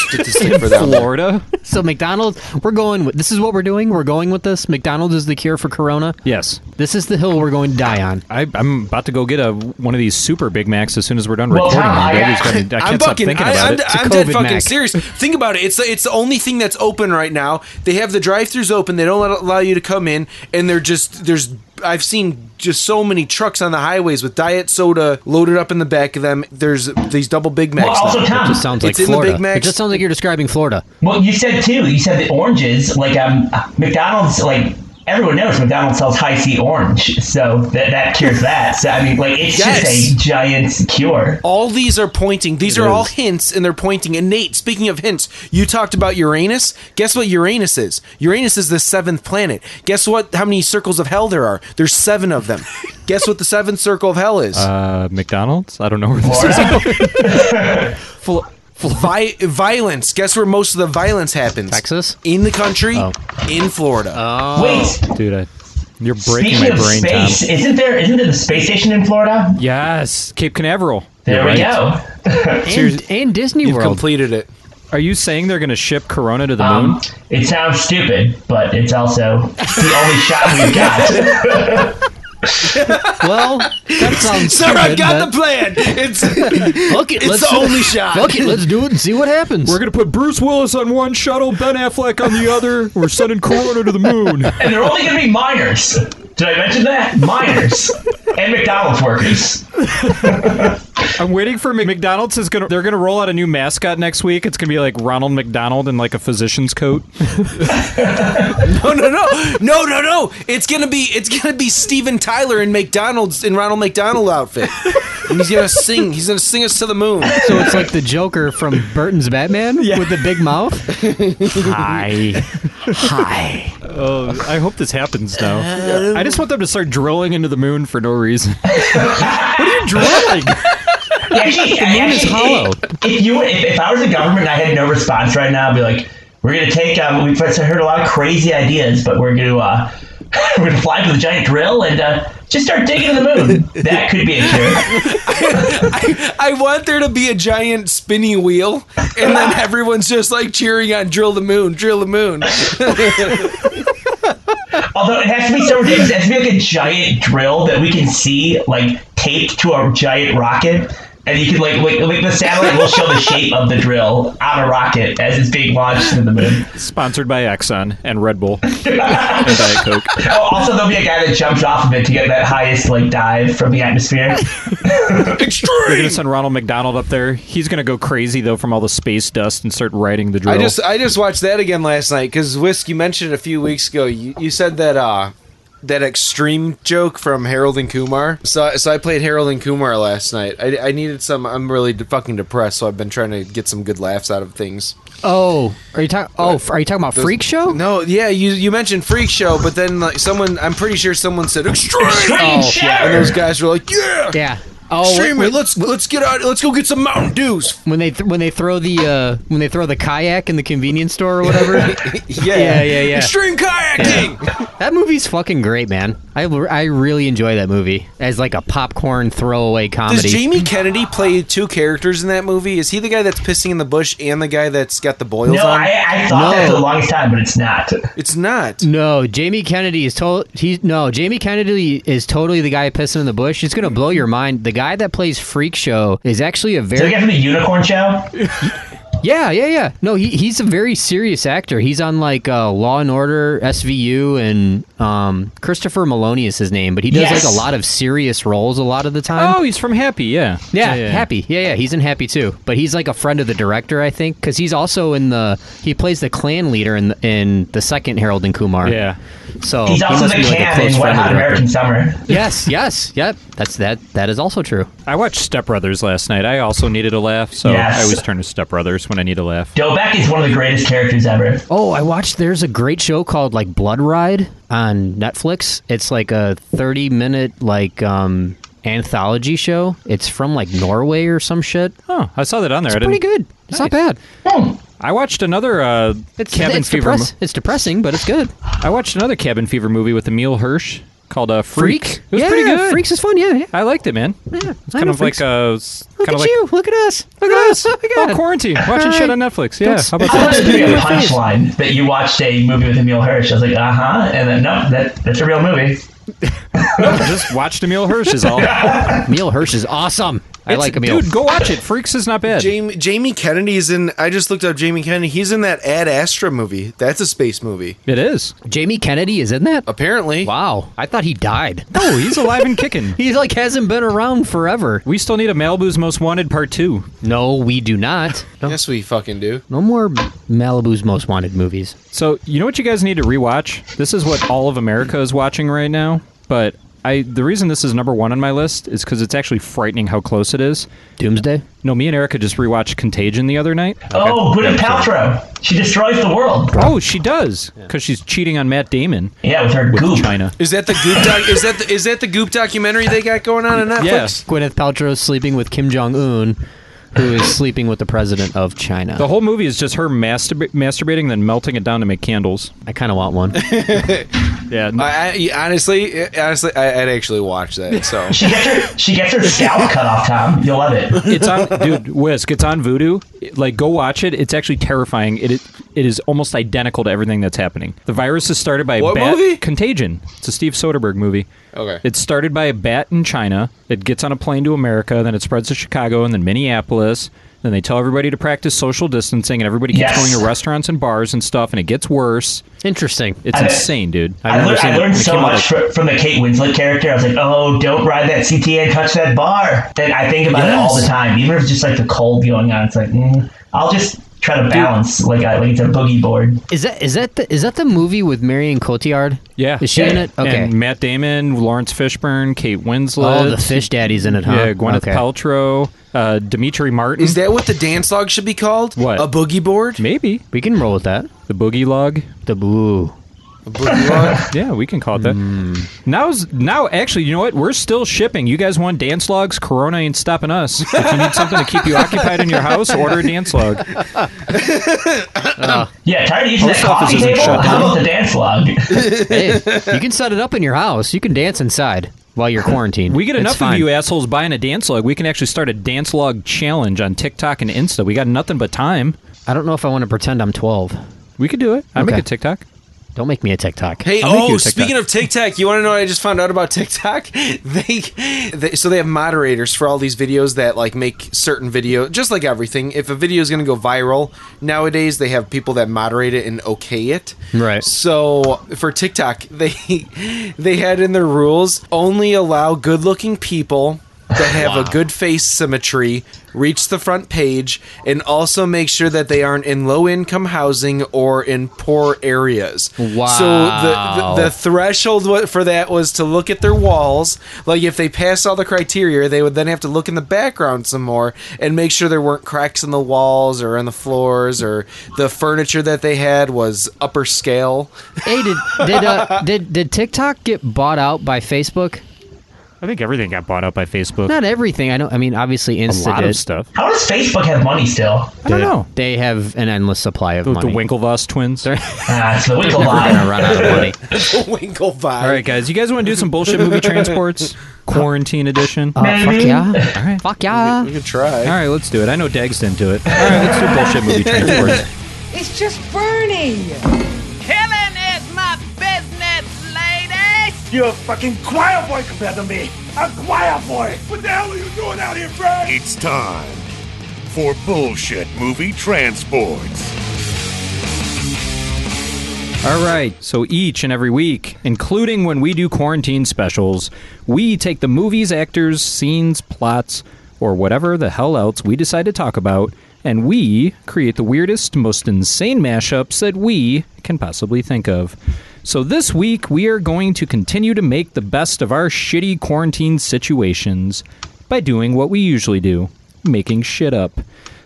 statistic for that? one?
Florida?
So McDonald's, we're going with this is what we're doing. We're going with this. McDonald's is the cure for corona.
Yes.
This is the hill we're going to die on.
I, I'm about to go get a one of these super Big Macs as soon as we're done
Well,
recording.
Tom, I-
Dagger's gotta- I can't
I'm
stop
fucking.
thinking
I,
about
I'm,
it. It's a
I'm dead
COVID
fucking
Mac.
serious. Think about it. It's the, it's the only thing that's open right now. They have the drive-throughs open. They don't let- allow you to come in, and they're just there's. I've seen just so many trucks on the highways with diet soda loaded up in the back of them. There's these double Big Macs.
Well, also,
now.
Tom,
Just sounds
It's
like
in the
Florida.
Big Macs.
It just sounds like you're describing Florida.
Well, you said too. You said the oranges, like um, McDonald's, like everyone knows McDonald's sells high C orange, so that that cures that. So I mean, like it's
Yes.
just a giant cure.
all these are pointing. These
It
are all
is.
hints, and they're pointing. And Nate, speaking of hints, you talked about Uranus. Guess what Uranus is? Uranus is the seventh planet. Guess what? How many circles of hell there are? There's seven of them. Guess what the Uh, seventh circle of hell is?
Uh, McDonald's? I don't know where this is. Fl-
Vi- violence. Guess where most of the violence happens? Texas. Oh. In the country. In Florida.
Oh.
Wait.
dude, I, you're breaking
Speaking
my
of
brain,
space,
Tom.
isn't there isn't there the space station in Florida?
Yes, Cape Canaveral.
There
You're
we
right.
and, and Disney
You've
World.
completed it.
Are you saying they're going to ship Corona to the
Um,
moon?
It sounds stupid, but it's also the only shot we've got.
well, that sounds
Sir,
stupid,
I've got
but-
the plan. It's
Fuck it,
it's
let's
the
do it.
only shot.
Fuck it, let's do it and see what happens.
We're going to put Bruce Willis on one shuttle, Ben Affleck on the other. We're sending Corona to the moon.
and they're only going to be minors. Did I mention that? Minors and McDonald's workers.
I'm waiting for Mc- McDonald's is going to they're going to roll out a new mascot next week. It's going to be like Ronald McDonald in like a physician's coat.
No, no, no, no, no, no. It's gonna be it's gonna be Steven Tyler in McDonald's in Ronald McDonald outfit, and he's gonna sing. He's gonna sing us to the moon.
So it's like the Joker from Burton's Batman with the big mouth.
Hi. Hi. Oh, I hope this happens now. I just want them to start drilling into the moon for no reason. drilling.
Actually,
The moon is
actually,
hollow.
If you, if, if I was the government, and I had no response right now. I'd be like, we're going to take. Um, we've heard a lot of crazy ideas, but we're going to. Uh, we're going to fly with a giant drill and uh, just start digging the moon. That could be a cure.
I, I want there to be a giant spinny wheel, and then everyone's just like cheering on "Drill the Moon, Drill the Moon."
Although it has to be so ridiculous, it has to be like a giant drill that we can see, like taped to a giant rocket, and you can like, like, like the satellite will show the shape of the drill on a rocket as it's being launched into the moon.
Sponsored by Exxon and Red Bull and Diet Coke.
Oh, also there'll be a guy that jumps off of it to get that highest like dive from the atmosphere.
They're gonna send Ronald McDonald up there. He's gonna go crazy though from all the space dust and start writing the drill.
I just I just watched that again last night because Whisk, you mentioned it a few weeks ago. You, you said that uh that extreme joke from Harold and Kumar. So so I played Harold and Kumar last night. I, I needed some. I'm really de- fucking depressed, so I've been trying to get some good laughs out of things.
Oh, are you talking? Oh, f- are you talking about
Those-
Freak Show?
No, yeah, you you mentioned Freak Show, but then like someone, I'm pretty sure someone said extreme.
Oh,
yeah.
And those guys were like, yeah,
Yeah. Oh,
extreme.
when-
it. Let's let's get out. Let's go get some Mountain Dews.
when they th- when they throw the uh, when they throw the kayak in the convenience store or whatever.
Yeah,
Yeah, yeah, yeah.
Extreme kayaking.
that movie's fucking great, man. I, l- I really enjoy that movie as like a popcorn throwaway comedy.
Does Jamie Kennedy play two characters in that movie? Is he the guy that's pissing in the bush and the guy that's got the boils
No,
on?
I, I thought that for
No.
the longest time, but it's not.
it's not.
no, Jamie Kennedy is total. He's no Jamie Kennedy is totally the guy pissing in the bush. It's gonna blow your mind. The guy that plays Freak Show is actually a
Did I
very
get from the unicorn show?
Yeah, yeah, yeah. No, he, he's a very serious actor. He's on like uh, Law and Order, SVU, and um, Christopher Maloney is his name, but he does
Yes.
like a lot of serious roles a lot of the time.
oh, he's from Happy, yeah.
yeah, Happy. Yeah, yeah, he's in Happy too. But he's like a friend of the director, I think, because he's also in the he plays the clan leader in the, in the second Harold and Kumar.
Yeah.
so
He's
Oh, he
also
must
the
be like a
can
close
in Wet
friend of
Hot
the director.
American Summer.
yes, yes, yep. That's that. That is also true.
I watched Step Brothers last night. I also needed a laugh, so
Yes.
I always turn to Step Brothers when I need a laugh.
Dobek is one of the greatest characters ever.
Oh, I watched. There's a great show called like Blood Ride on Netflix. It's like a 30 minute like um anthology show. It's from like Norway or some shit.
Oh, I saw that on there. I
Pretty
didn't,
good. It's not bad.
I watched another uh,
It's
cabin
it's,
fever.
depress- it's depressing, but it's good.
mo- I watched another cabin fever movie with Emil Hirsch called uh, Freak. It was
yeah,
pretty good.
Freaks is fun. Yeah, yeah.
I liked it, man.
yeah.
It's kind of like
uh,
a s-
Look
kind
at
of like
you. Look at us.
look at us.
Oh my God.
Oh, quarantine, watching shit on Netflix. Yeah,
Don't
how about
I thought
that?
it was going to be a punchline that you watched a movie with Emil Hirsch. I was like, uh huh. And then, no, that, that's a real movie.
Just watched Emil Hirsch is all.
Emil Hirsch is awesome. I
It's-
like Emil.
Dude, go watch it. Freaks is not bad.
Jamie, Jamie Kennedy is in. I just looked up Jamie Kennedy. He's in that Ad Astra movie. That's a space movie.
It is.
Jamie Kennedy is in that.
Apparently.
Wow, I thought he died.
No, Oh, he's alive and kicking.
He like hasn't been around forever.
We still need a Malibu's Most Wanted Part Two.
No, we do not.
Yes, we fucking do.
No more Malibu's Most Wanted movies.
So you know what you guys need to rewatch? This is what all of America is watching right now. But I, the reason this is number one on my list is because it's actually frightening how close it is.
Doomsday.
No, me and Erica just rewatched Contagion the other night.
Oh, Gwyneth Paltrow. She destroys the world.
Oh, she does because she's cheating on Matt Damon
Yeah, with her
with
goop.
China.
Is that the Goop? Doc, is that the, is that the Goop documentary they got going on on Netflix?
Yes.
Gwyneth Paltrow sleeping with Kim Jong Un. who is sleeping with the president of China.
The whole movie is just her masturb- masturbating, then melting it down to make candles.
I kind of want one.
yeah.
I, I, honestly, honestly, I, I'd actually watch that. So
She gets her she gets her scalp cut off, Tom. You'll love it.
It's on, dude. Whisk. It's on Voodoo. Like, go watch it. It's actually terrifying. It it, it is almost identical to everything that's happening. The virus is started by
What
a bat.
movie?
Contagion. It's a Steve Soderbergh movie.
Okay.
It's started by a bat in China. It gets on a plane to America. Then it spreads to Chicago and then Minneapolis. Then they tell everybody to practice social distancing, and everybody keeps
Yes.
going to restaurants and bars and stuff, and it gets worse.
Interesting.
It's
I-
insane, dude.
I, lear- I learned so much fr- from the Kate Winslet character. I was like, oh, don't ride that CTA and touch that bar. Then I think about it all
Yes.
the time. Even if it's just like the cold going on, it's like, mm, I'll just try to balance like, I, like it's a boogie board.
Is that is that the, is that the movie with Marion Cotillard?
Yeah.
Is she in it? Okay.
And Matt Damon, Lawrence Fishburne, Kate Winslet.
Oh, the fish daddy's in it, huh?
Yeah, Gwyneth
Okay.
Paltrow, uh, Dimitri Martin.
is that what the dance log should be called?
What?
A boogie board?
Maybe.
We can roll with that.
The boogie log.
The boo.
A boogie log?
Yeah, we can call it that.
Hmm.
Now's now actually, you know what? We're still shipping. You guys want dance logs? Corona ain't stopping us. If you need something to keep you occupied in your house, order a dance log.
Yeah, tired of using
Post office
that coffee
isn't
table?
shut
How about the dance log?
Hey, you can set it up in your house. You can dance inside while you're quarantined.
We get
It's
enough
fine.
of you assholes buying a dance log. We can actually start a dance log challenge on TikTok and Insta. We got nothing but time.
I don't know if I want to pretend I'm 12.
We could do it. I make
Okay.
a TikTok.
Don't make me a TikTok.
Hey,
I'll make you
oh,
a TikTok.
speaking of TikTok, you want to know what I just found out about TikTok? They, they so they have moderators for all these videos that like make certain video just like everything. If a video is going to go viral nowadays, they have people that moderate it and okay it.
Right.
So for TikTok, they they had in their rules only allow good-looking people that have a good face symmetry reach the front page and also make sure that they aren't in low income housing or in poor areas. So
Wow.
the, the the threshold wa- for that was to look at their walls. Like if they passed all the criteria, they would then have to look in the background some more and make sure there weren't cracks in the walls or in the floors or the furniture that they had was upper scale.
Hey, did did, uh, did did TikTok get bought out by Facebook?
I think everything got bought up by Facebook.
Not everything. I know. I mean, obviously,
a
Insta
lot
did.
of stuff.
How does Facebook have money still?
I don't know.
They have an endless supply of
The, the
money.
Winklevoss twins. All
Ah, it's the Winkle
We're gonna
Line.
run out of money.
Winkle vibe.
right, guys. You guys want to do some bullshit movie transports? Quarantine edition. All
Uh, fuck
Maybe.
yeah! Fuck yeah!
We could try.
right, let's do it. I know Dag's didn't do it. All right, let's do bullshit movie transports.
It's just burning.
Killing is my business, ladies!
You're a fucking choir boy compared to me. A choir boy. What the hell are you doing out here, Brad?
It's time for Bullshit Movie Transports.
All right. So each and every week, including when we do quarantine specials, we take the movies, actors, scenes, plots, or whatever the hell else we decide to talk about, and we create the weirdest, most insane mashups that we can possibly think of. So this week, we are going to continue to make the best of our shitty quarantine situations by doing what we usually do making shit up.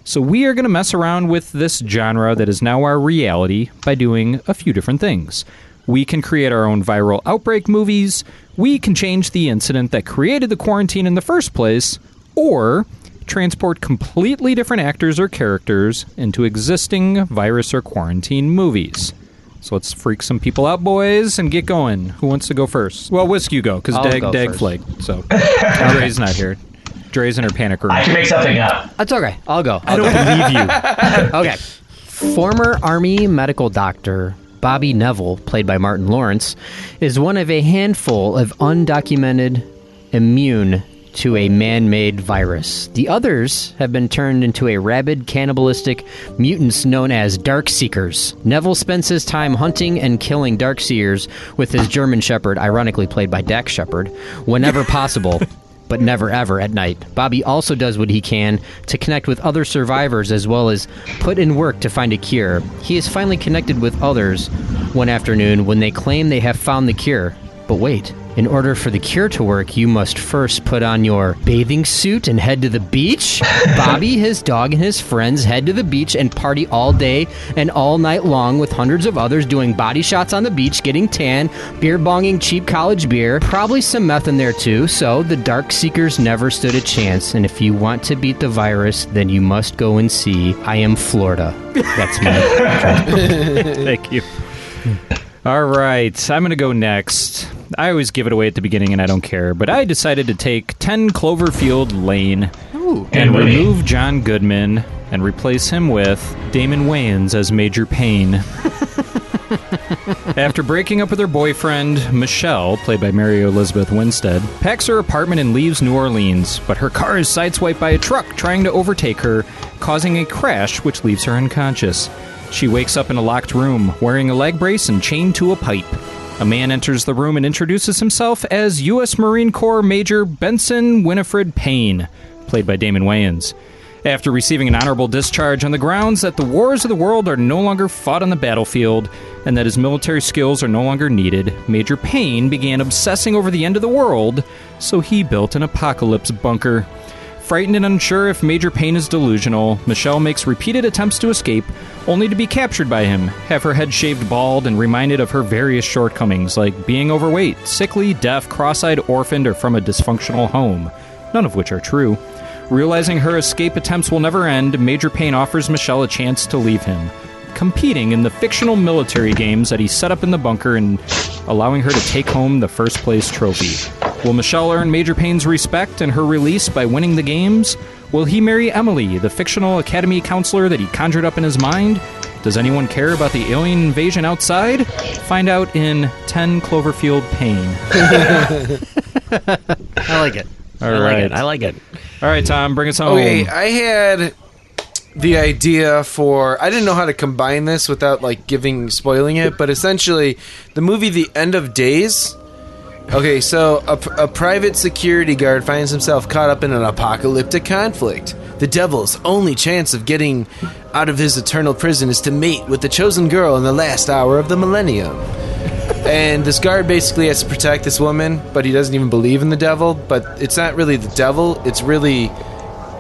So we are going to mess around with this genre that is now our reality by doing a few different things. We can create our own viral outbreak movies, we can change the incident that created the quarantine in the first place, or transport completely different actors or characters into existing virus or quarantine movies. So let's freak some people out, boys, and get going. Who wants to go first? Well, Whisk, you go, because
I'll
Dag,
go
Dag
first.
flagged. So Dre's not here. Dre's in her panic room.
I can make something up.
That's okay. I'll go.
I don't believe you.
Okay. Former Army medical doctor Bobby Neville, played by Martin Lawrence, is one of a handful of undocumented immune to a man made virus. The others have been turned into a rabid cannibalistic mutants known as Darkseekers. Neville spends his time hunting and killing Darkseers with his German Shepherd, ironically played by Dax Shepherd, whenever possible. but never ever at night. Bobby also does what he can to connect with other survivors as well as put in work to find a cure. He is finally connected with others one afternoon when they claim they have found the cure, but But wait, in order for the cure to work, you must first put on your bathing suit and head to the beach. Bobby, his dog, and his friends head to the beach and party all day and all night long with hundreds of others doing body shots on the beach, getting tan, beer bonging cheap college beer, probably some meth in there too. So the Dark Seekers never stood a chance. And if you want to beat the virus, then you must go and see I Am Florida. That's my.
Thank you. All right, I'm going to go next. I always give it away at the beginning and I don't care, but I decided to take 10 Cloverfield Lane and
Good
remove John Goodman and replace him with Damon Wayans as Major Payne. After breaking up with her boyfriend, Michelle, played by Mary Elizabeth Winstead, packs her apartment and leaves New Orleans, but her car is sideswiped by a truck trying to overtake her, causing a crash which leaves her unconscious. She wakes up in a locked room, wearing a leg brace and chained to a pipe. A man enters the room and introduces himself as U.S. Marine Corps Major Benson Winifred Payne, played by Damon Wayans. After receiving an honorable discharge on the grounds that the wars of the world are no longer fought on the battlefield and that his military skills are no longer needed, Major Payne began obsessing over the end of the world, so he built an apocalypse bunker. Frightened and unsure if Major Payne is delusional, Michelle makes repeated attempts to escape, only to be captured by him, have her head shaved bald, and reminded of her various shortcomings, like being overweight, sickly, deaf, cross eyed, orphaned, or from a dysfunctional home, none of which are true. Realizing her escape attempts will never end, Major Payne offers Michelle a chance to leave him, competing in the fictional military games that he set up in the bunker and allowing her to take home the first place trophy. Will Michelle earn Major Payne's respect and her release by winning the games? Will he marry Emily, the fictional academy counselor that he conjured up in his mind? Does anyone care about the alien invasion outside? Find out in 10 Cloverfield Payne.
I like it.
All
I
right,
like it. I like it.
All right, Tom, bring us home.
Okay, I had the idea for I didn't know how to combine this without like giving spoiling it, but essentially the movie The End of Days. Okay, so a, a private security guard finds himself caught up in an apocalyptic conflict. The devil's only chance of getting out of his eternal prison is to mate with the chosen girl in the last hour of the millennium and this guard basically has to protect this woman, but he doesn't even believe in the devil. But it's not really the devil; it's really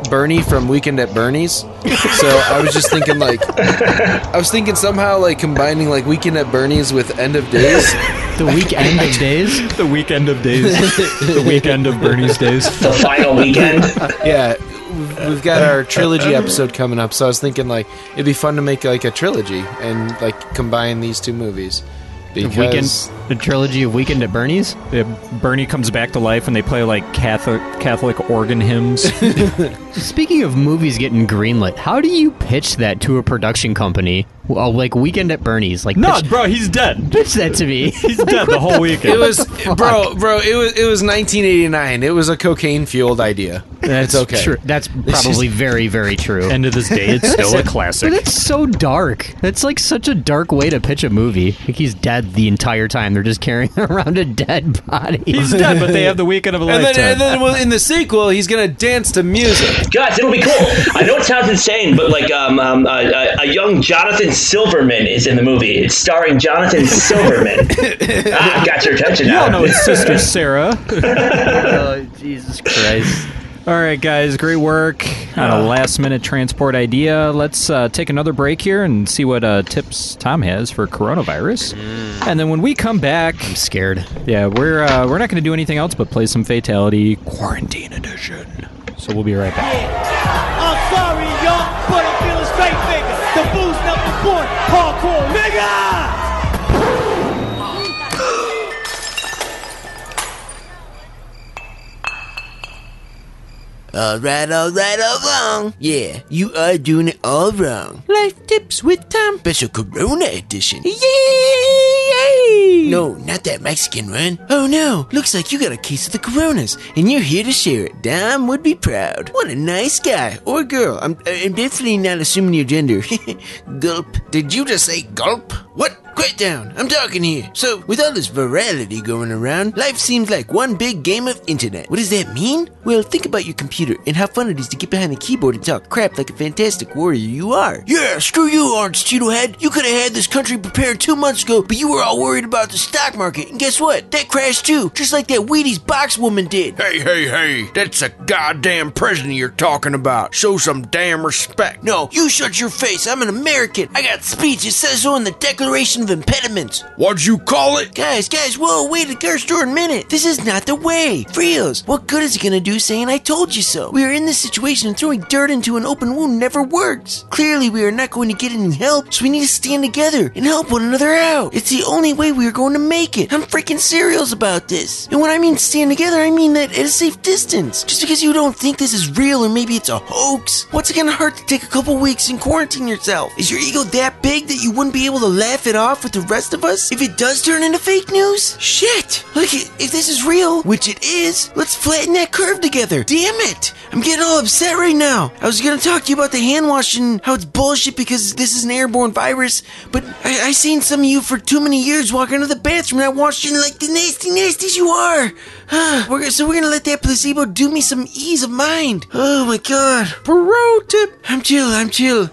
Bernie from Weekend at Bernie's. So I was just thinking, like, I was thinking somehow like combining like Weekend at Bernie's with End of Days.
The weekend of days.
the weekend of days. the weekend of Bernie's days.
The final weekend.
yeah, we've got our trilogy episode coming up, so I was thinking like it'd be fun to make like a trilogy and like combine these two movies. Because
the trilogy of Weekend at Bernie's.
Bernie comes back to life, and they play like Catholic Catholic organ hymns.
Speaking of movies getting greenlit, how do you pitch that to a production company? Well, like Weekend at Bernie's, like
no,
pitch,
bro, he's dead.
pitch that to me. He's
dead the whole weekend.
It was bro, bro. It was it was 1989. It was a cocaine fueled idea.
That's
it's okay.
True. That's probably very, very true.
End of this day, it's still a classic.
But that's so dark. That's like such a dark way to pitch a movie. Like he's dead the entire time. They're just carrying around a dead body.
He's dead, but they have the weekend of a
And then,
lifetime.
and then well, in the sequel, he's gonna dance to music.
Guys, it'll be cool. I know it sounds insane, but like um, um, a, a- a young Jonathan Silverman is in the movie. It's starring Jonathan Silverman. ah, got your attention
you
now.
all know his sister Sarah.
oh, Jesus Christ.
All right, guys, great work on a last minute transport idea. Let's uh, take another break here and see what uh, tips Tom has for coronavirus.
Mm.
And then when we come back, I'm
scared.
Yeah, we're uh, we're not going to do anything else but play some Fatality Quarantine Edition. So we'll be right back.
I'm sorry, y'all, but I'm feeling straight, nigga. The booze number one, hardcore, nigga.
All right, all right, all wrong. Yeah, you are doing it all wrong. Life tips with Tom. Special Corona edition. Yay! No, not that Mexican one. Oh no, looks like you got a case of the Coronas, and you're here to share it. Dom would be proud. What a nice guy or girl. I'm, uh, I'm definitely not assuming your gender. gulp. Did you just say gulp? What? Quit down. I'm talking here. So, with all this virality going around, life seems like one big game of internet. What does that mean? Well, think about your computer and how fun it is to get behind the keyboard and talk crap like a fantastic warrior you are. Yeah, screw you, Orange Cheeto Head. You could have had this country prepared two months ago, but you were all worried about the stock market market, and guess what? That crashed too, just like that Wheaties box woman did.
Hey, hey, hey, that's a goddamn prison you're talking about. Show some damn respect.
No, you shut your face. I'm an American. I got speech. It says so in the Declaration of Impediments.
What'd you call it?
Guys, guys, whoa, wait a curse door a minute. This is not the way. Frios, what good is it gonna do saying I told you so? We are in this situation and throwing dirt into an open wound never works. Clearly, we are not going to get any help, so we need to stand together and help one another out. It's the only way we are going to make it. I'm freaking serious about this. And when I mean stand together, I mean that at a safe distance. Just because you don't think this is real or maybe it's a hoax, what's it gonna hurt to take a couple weeks and quarantine yourself? Is your ego that big that you wouldn't be able to laugh it off with the rest of us if it does turn into fake news? Shit! Look, i- if this is real, which it is, let's flatten that curve together. Damn it! I'm getting all upset right now. I was gonna talk to you about the hand washing, how it's bullshit because this is an airborne virus, but I, I seen some of you for too many years walking to the bathroom not washing like the nasty nasties you are. we're, gonna- so we're gonna let that placebo do me some ease of mind. Oh my god. Pro tip. I'm chill, I'm chill.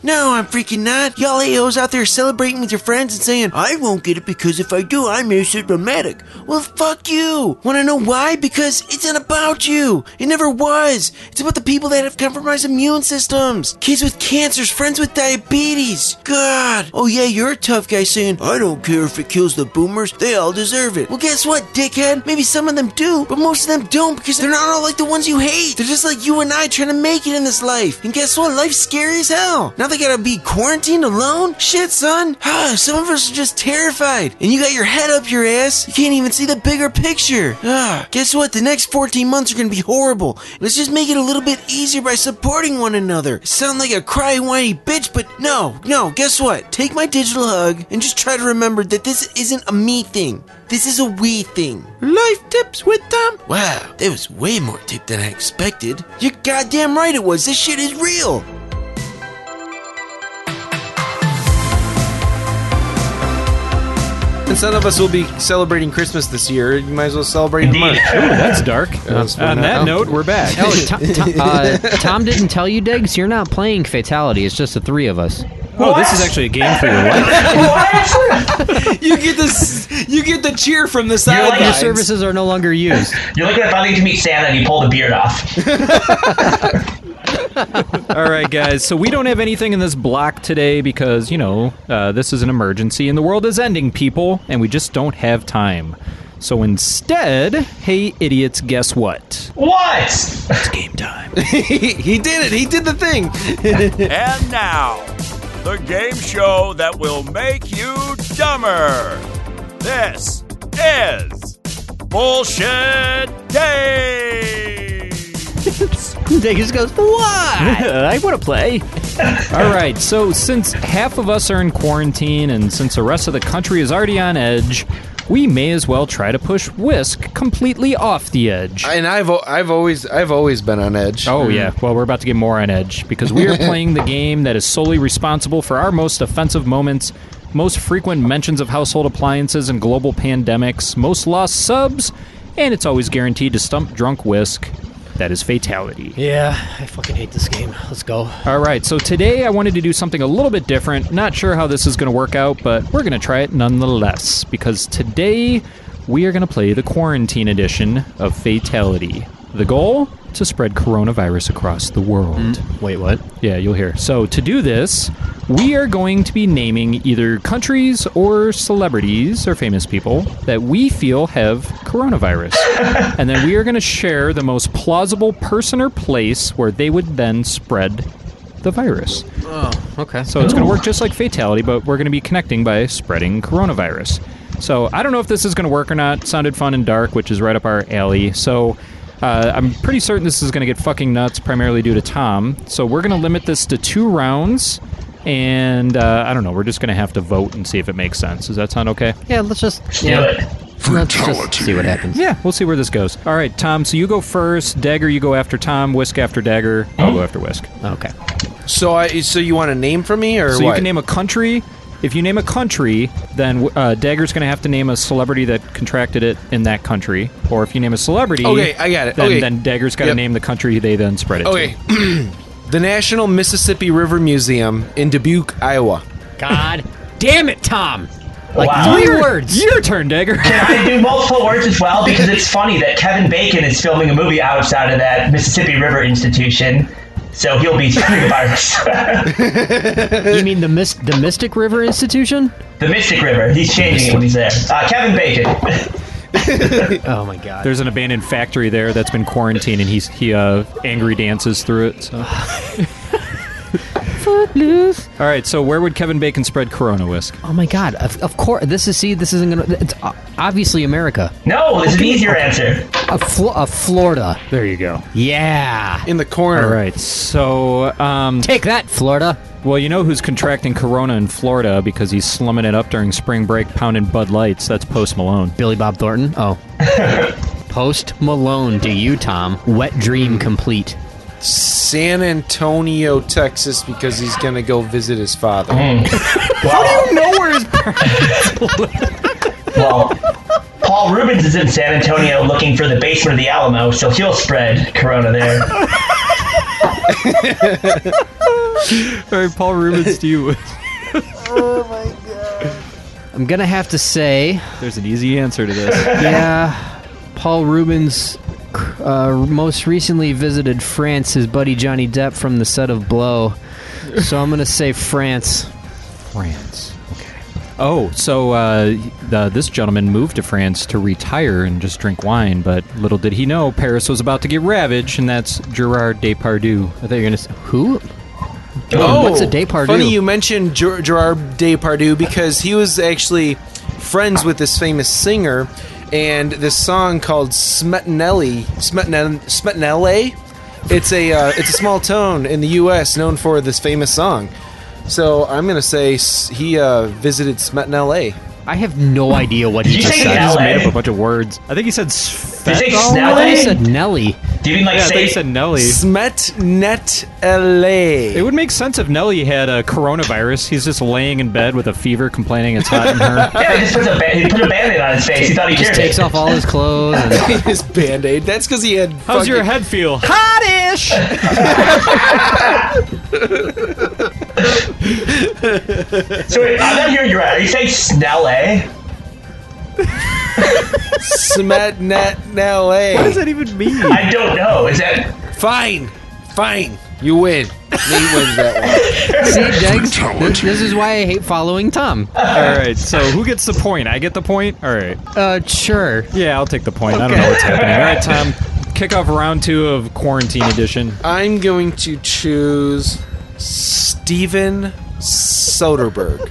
No, I'm freaking not. Y'all AOs out there celebrating with your friends and saying, I won't get it because if I do, I'm asymptomatic. Well, fuck you. Wanna know why? Because it's not about you. It never was. It's about the people that have compromised immune systems. Kids with cancers, friends with diabetes. God. Oh, yeah, you're a tough guy saying, I don't care if it kills the boomers. They all deserve it. Well, guess what, dickhead? Maybe some of them do, but most of them don't because they're not all like the ones you hate. They're just like you and I trying to make it in this life. And guess what? Life's scary as hell. Now they gotta be quarantined alone? Shit, son. Ah, some of us are just terrified. And you got your head up your ass. You can't even see the bigger picture. Ah, guess what? The next 14 months are gonna be horrible. Let's just make it a little bit easier by supporting one another. Sound like a cry whiny bitch, but no, no, guess what? Take my digital hug and just try to remember that this isn't a me thing. This is a we thing. Life tips with Tom. Wow, that was way more tip than I expected. You're goddamn right it was. This shit is real.
And some of us will be celebrating Christmas this year. You might as well celebrate in March.
Ooh, that's dark.
That's
On
fun.
that
Oh.
note, we're back.
Oh, Tom, Tom, uh, Tom didn't tell you, Diggs. You're not playing Fatality. It's just the three of us.
Oh, this is actually a game for your life.
you get this. You get the cheer from the side.
Your services are no longer used.
You're like when I finally get to meet Santa and he pulled the beard off.
All right, guys. So we don't have anything in this block today because, you know, uh, this is an emergency and the world is ending, people, and we just don't have time. So instead, hey, idiots, guess what?
What?
It's game time.
he did it. He did the thing.
and now, the game show that will make you dumber. This is Bullshit Day.
Diggs goes, what?
I want to play. All right, so since half of us are in quarantine and since the rest of the country is already on edge, we may as well try to push Whisk completely off the edge.
And I've al- I've always I've always been on edge.
Oh yeah. Well, we're about to get more on edge because we are playing the game that is solely responsible for our most offensive moments, most frequent mentions of household appliances and global pandemics, most lost subs, and it's always guaranteed to stump drunk whisk. That is fatality.
Yeah, I fucking hate this game. Let's go.
All right, so today I wanted to do something a little bit different. Not sure how this is going to work out, but we're going to try it nonetheless because today we are going to play the quarantine edition of Fatality. The goal? To spread coronavirus across the world.
Wait, what?
Yeah, you'll hear. So, to do this, we are going to be naming either countries or celebrities or famous people that we feel have coronavirus. and then we are going to share the most plausible person or place where they would then spread the virus.
Oh, okay.
So it's going to work just like Fatality, but we're going to be connecting by spreading coronavirus. So I don't know if this is going to work or not. Sounded fun and dark, which is right up our alley. So uh, I'm pretty certain this is going to get fucking nuts, primarily due to Tom. So we're going to limit this to two rounds. And uh, I don't know. We're just going to have to vote and see if it makes sense. Does that sound okay?
Yeah, let's just.
do
yeah.
it.
Let's just see what happens.
Yeah, we'll see where this goes. All right, Tom. So you go first. Dagger, you go after Tom. Whisk after Dagger. I'll go after Whisk.
Okay.
So I so you want a name from me or
So you
what?
can name a country. If you name a country, then uh, Dagger's going to have to name a celebrity that contracted it in that country. Or if you name a celebrity,
Okay, I got it.
Then,
Okay.
then Dagger's got to
Yep.
name the country they then spread it
okay. the National Mississippi River Museum in Dubuque, Iowa.
God damn it, Tom!
to.
Like
Wow.
three
Your-
words.
Your turn, Dagger.
Can I do multiple words as well? Because it's funny that Kevin Bacon is filming a movie outside of that Mississippi River Institution, so he'll be speaking about
Eh.
you mean the Mys- the Mystic River Institution?
the Mystic River. He's changing it when he's there. Uh, Kevin Bacon.
oh my god.
There's an abandoned factory there that's been quarantined, and he's he uh, angry dances through it. So.
Footloose.
All right, so where would Kevin Bacon spread Corona Whisk?
Oh my god. Of, of course. This is see. This isn't gonna. It's o- obviously America.
No,
this
there's
is
an easier answer.
A, Flo- a Florida.
There you go.
Yeah.
In the corner.
All right. So, um,
take that, Florida.
Well, you know who's contracting Corona in Florida because he's slumming it up during spring break, pounding Bud Lights. That's Post Malone.
Billy Bob Thornton. Oh. Post Malone to you, Tom. Wet dream complete.
San Antonio, Texas, because he's gonna go visit his father.
How do
you know where his
Well, Paul Rubens is in San Antonio looking for the basement of the Alamo, so he'll spread Corona there.
All right, Paul Rubens to you.
I'm gonna have to say.
There's an easy answer to this.
yeah, Paul Rubens uh, most recently visited France, his buddy Johnny Depp from the set of Blow. So I'm going to say France.
France. Oh, so uh, the, this gentleman moved to France to retire and just drink wine, but little did he know Paris was about to get ravaged, and that's Gerard Depardieu. I thought you were going to say,
who? what's a Depardieu?
Oh, Funny you mentioned Ger- Gerard Depardieu because he was actually friends with this famous singer, and this song called Smetanelli, Smetane- Smetanelle. It's a uh, it's a small town in the U.S. known for this famous song. So I'm gonna say s- he uh, visited Smetanelle.
I have no idea what he
Did you just say said. LA?
made up a bunch of words. I think he said
Did you say
Oh,
Snelly?
I said Nelly.
Do you mean like
yeah, I
say
think he said Nelly.
Smetnelle.
It would make sense if Nelly had a coronavirus. He's just laying in bed with a fever, complaining it's hot in her.
Yeah, he just puts a, ba- he put a band-aid on his face. He thought he
Just
cured
takes
it.
off all his clothes. And
his band aid. That's because he had.
How's your head feel?
Hottish.
So wait, I'm not hearing you right. Are you saying Snelly?
Smetnelle.
What does that even mean?
I don't know. Is that
Fine, fine. You win. He wins that
See, Jags, this, this is why I hate following Tom.
All right, so who gets the point? I get the point? All right.
Uh, sure.
Yeah, I'll take the point. I don't know what's happening. All right, Tom, kick off round two of Quarantine Edition.
one. I'm going to choose Steven Soderbergh.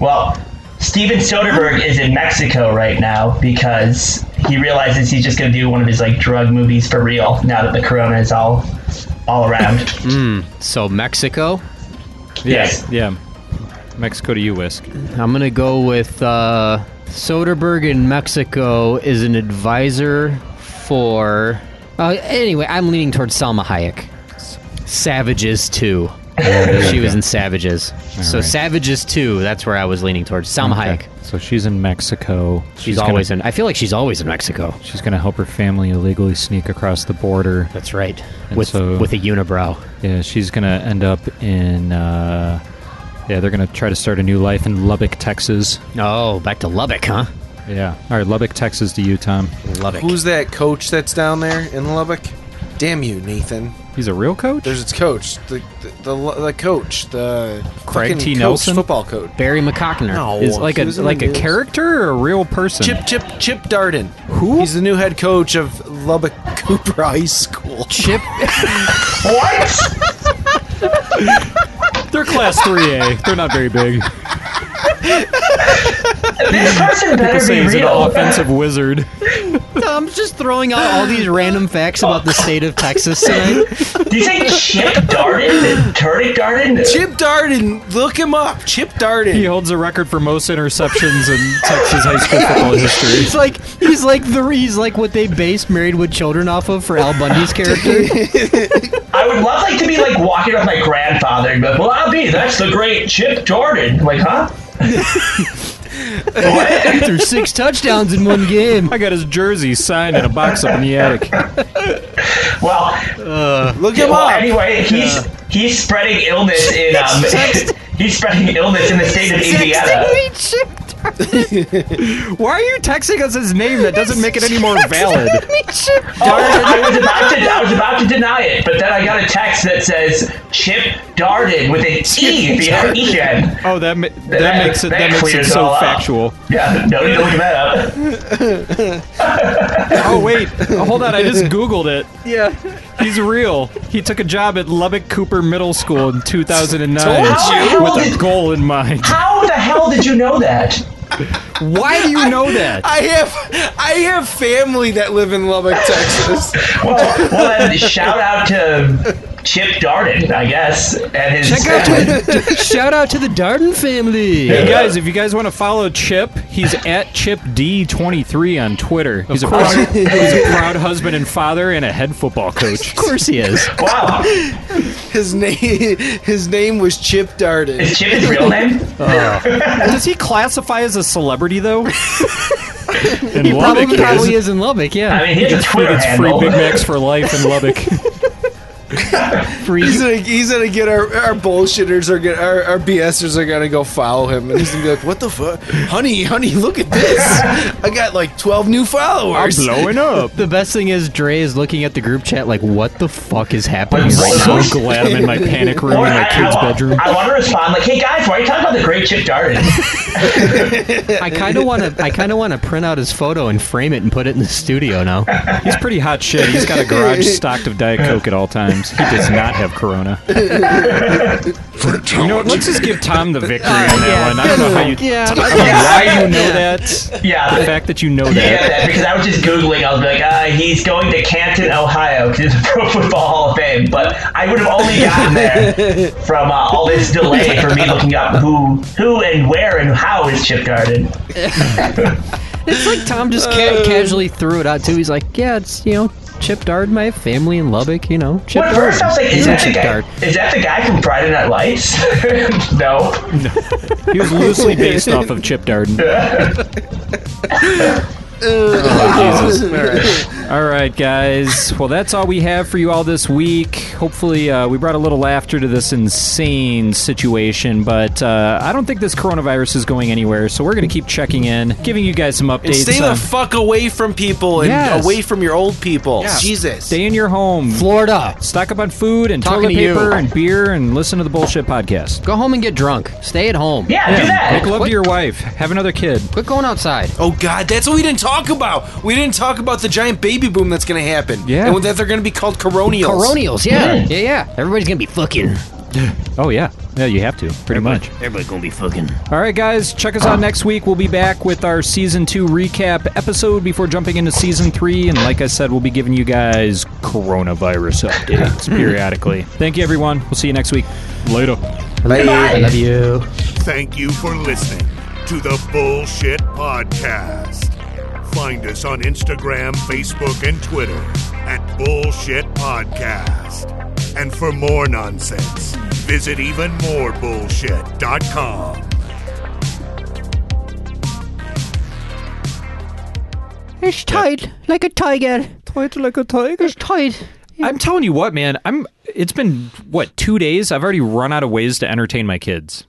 Well, Steven Soderbergh is in Mexico right now because he realizes he's just going to do one of his like drug movies for real now that the corona is all all around.
Mm, so Mexico.
Yes.
Yeah. Mexico to you, Whisk.
I'm gonna go with uh, Soderbergh in Mexico is an advisor for. Uh, anyway, I'm leaning towards Salma Hayek. Savages Two. she was in Savages. so
right.
Savages Two. That's where I was leaning towards Salma
Okay,
Hayek.
So she's in Mexico.
She's, always in. I feel like she's always in Mexico.
She's going to help her family illegally sneak across the border.
That's right.
And
with
so-
with a unibrow.
Yeah, she's going to end up in. Uh, yeah, they're going to try to start a new life in Lubbock, Texas.
Oh, back to Lubbock, huh?
Yeah. All right, Lubbock, Texas to you, Tom.
Lubbock.
Who's that coach that's down there in Lubbock? Damn you, Nathan.
He's a real coach?
There's its coach, the the, the, the coach, the
Craig
fucking
T.
coach,
Nelson?
football coach.
Barry McCockner.
No,
Is like
he
a
was in the
like a
news.
character or a real person?
Chip Chip Chip Darden.
Who?
He's the new head coach of Lubbock Cooper High School.
Chip.
What?
They're class 3A. They're not very big.
This person
People
better
say
be
he's an
real.
offensive wizard.
I'm just throwing out all these random facts about the state of Texas tonight.
Do you say Chip Darden? Turdic Darden?
Chip Darden, look him up. Chip Darden.
He holds a record for most interceptions in Texas high school football history.
He's like he's like the he's like what they based Married with Children off of for Al Bundy's character.
I would love like to be like walking with my grandfather and be like, "Well, I'll be. That's the great Chip Darden." I'm like, huh? what?
Threw six touchdowns in one game.
I got his jersey signed in a box up in the attic.
Well,
look him
Well,
up.
anyway, he's he's spreading illness in um, he's spreading illness in the state of Indiana.
Chip
Why are you texting us his name? That doesn't make it any more valid.
Oh, I was about to I was about to deny it, but then I got a text that says Chip Darden with an E at the end. E end.
Oh, that ma- that,
That-
makes it
that
that makes it
clears
so
all up.
factual.
Yeah, no need to look that up.
oh wait, hold on. I just googled it.
Yeah.
He's real. He took a job at Lubbock Cooper Middle School in 2009
Told you.
with a goal in mind.
How the hell did you know that?
Why do you know that?
I have I have family that live in Lubbock, Texas.
well, well then shout out to Chip Darden, I guess, and his
Check out to the, shout out to the Darden family.
Hey guys, if you guys want to follow Chip, he's at ChipD23 on Twitter. He's a, proud,
course.
he's a proud husband and father and a head football coach. Of
course he is.
Wow.
His name his name was Chip Darden.
Is Chip his real name?
Oh. Does he classify as a celebrity though? In
He
Lubbock,
probably,
he
probably is in Lubbock, yeah.
I mean, he has a
He
Twitter
gets free
handle.
Big Macs for life in Lubbock.
He's gonna, he's gonna get our, our bullshitters are gonna, our, our BSers are gonna go follow him and he's gonna be like, what the fuck, honey, honey, look at this, I got like twelve new followers.
up. The best thing is Dre is looking at the group chat like, "What the fuck is happening right now?"
What's going on?
Glad I'm in my panic room in
Or
my
I- I
kid's
wa-
bedroom.
I want to respond like, "Hey guys, why are you talking about the great Chip Darden?"
I kind of want to. I kind of want to print out his photo and frame it and put it in the studio now.
He's pretty hot shit. He's got a garage stocked of Diet Coke at all times. He does not have Corona. You know what? Let's just give Tom the victory on that one. I don't know how you.
Yeah.
I don't know why you know that.
Yeah.
The fact that you know
Yeah,
that.
that because I was just googling. I was like, uh, "He's going to Canton, Ohio, to the Pro Football Hall of Fame," but I would have only gotten there from uh, all this delay for me looking up who, who, and where, and how is Chip Darden.
It's like Tom just ca- casually threw it out too. He's like, "Yeah, it's you know Chip Dard, my family in Lubbock. You know Chip
Well, at
Dard.
first I was like,
He's
"Is
in
that the
Chip
guy?
Dard.
Is that the guy from Friday Night Lights?" no.
He was loosely based off of Chip Darden. Oh, Jesus. All right, guys. Well, that's all we have for you all this week. Hopefully, uh, we brought a little laughter to this insane situation, but uh, I don't think this coronavirus is going anywhere, so we're going to keep checking in, giving you guys some
And
updates.
stay the
on-
fuck away from people and
Yes.
away from your old people.
Yeah.
Jesus.
Stay in your home.
Florida.
Stock up on food and
Talking
toilet
to you.
paper and beer and listen to the bullshit podcast.
Go home and get drunk. Stay at home.
Yeah, do that.
Make love to your wife. Have another kid.
Quit going outside.
Oh God, that's what we didn't talk about. We didn't talk about the giant baby boom that's going to happen.
Yeah.
and that they're going to be called coronials.
Coronials. Yeah. yeah, yeah, Everybody's gonna be fucking.
Oh yeah, yeah, you have to pretty much.
Everybody's gonna be fucking.
All right, guys, check us out next week. We'll be back with our season two recap episode before jumping into season three. And like I said, we'll be giving you guys coronavirus updates periodically. Thank you, everyone. We'll see you next week. Later.
Goodbye.
Love you.
Thank you for listening to the Bullshit Podcast. Find us on Instagram, Facebook, and Twitter at Bullshit Podcast. And for more nonsense, visit evenmorebullshit.com.
It's tight like a tiger.
Tight like a tiger.
It's tight.
I'm telling you what, man. I'm. It's been what two days. I've already run out of ways to entertain my kids.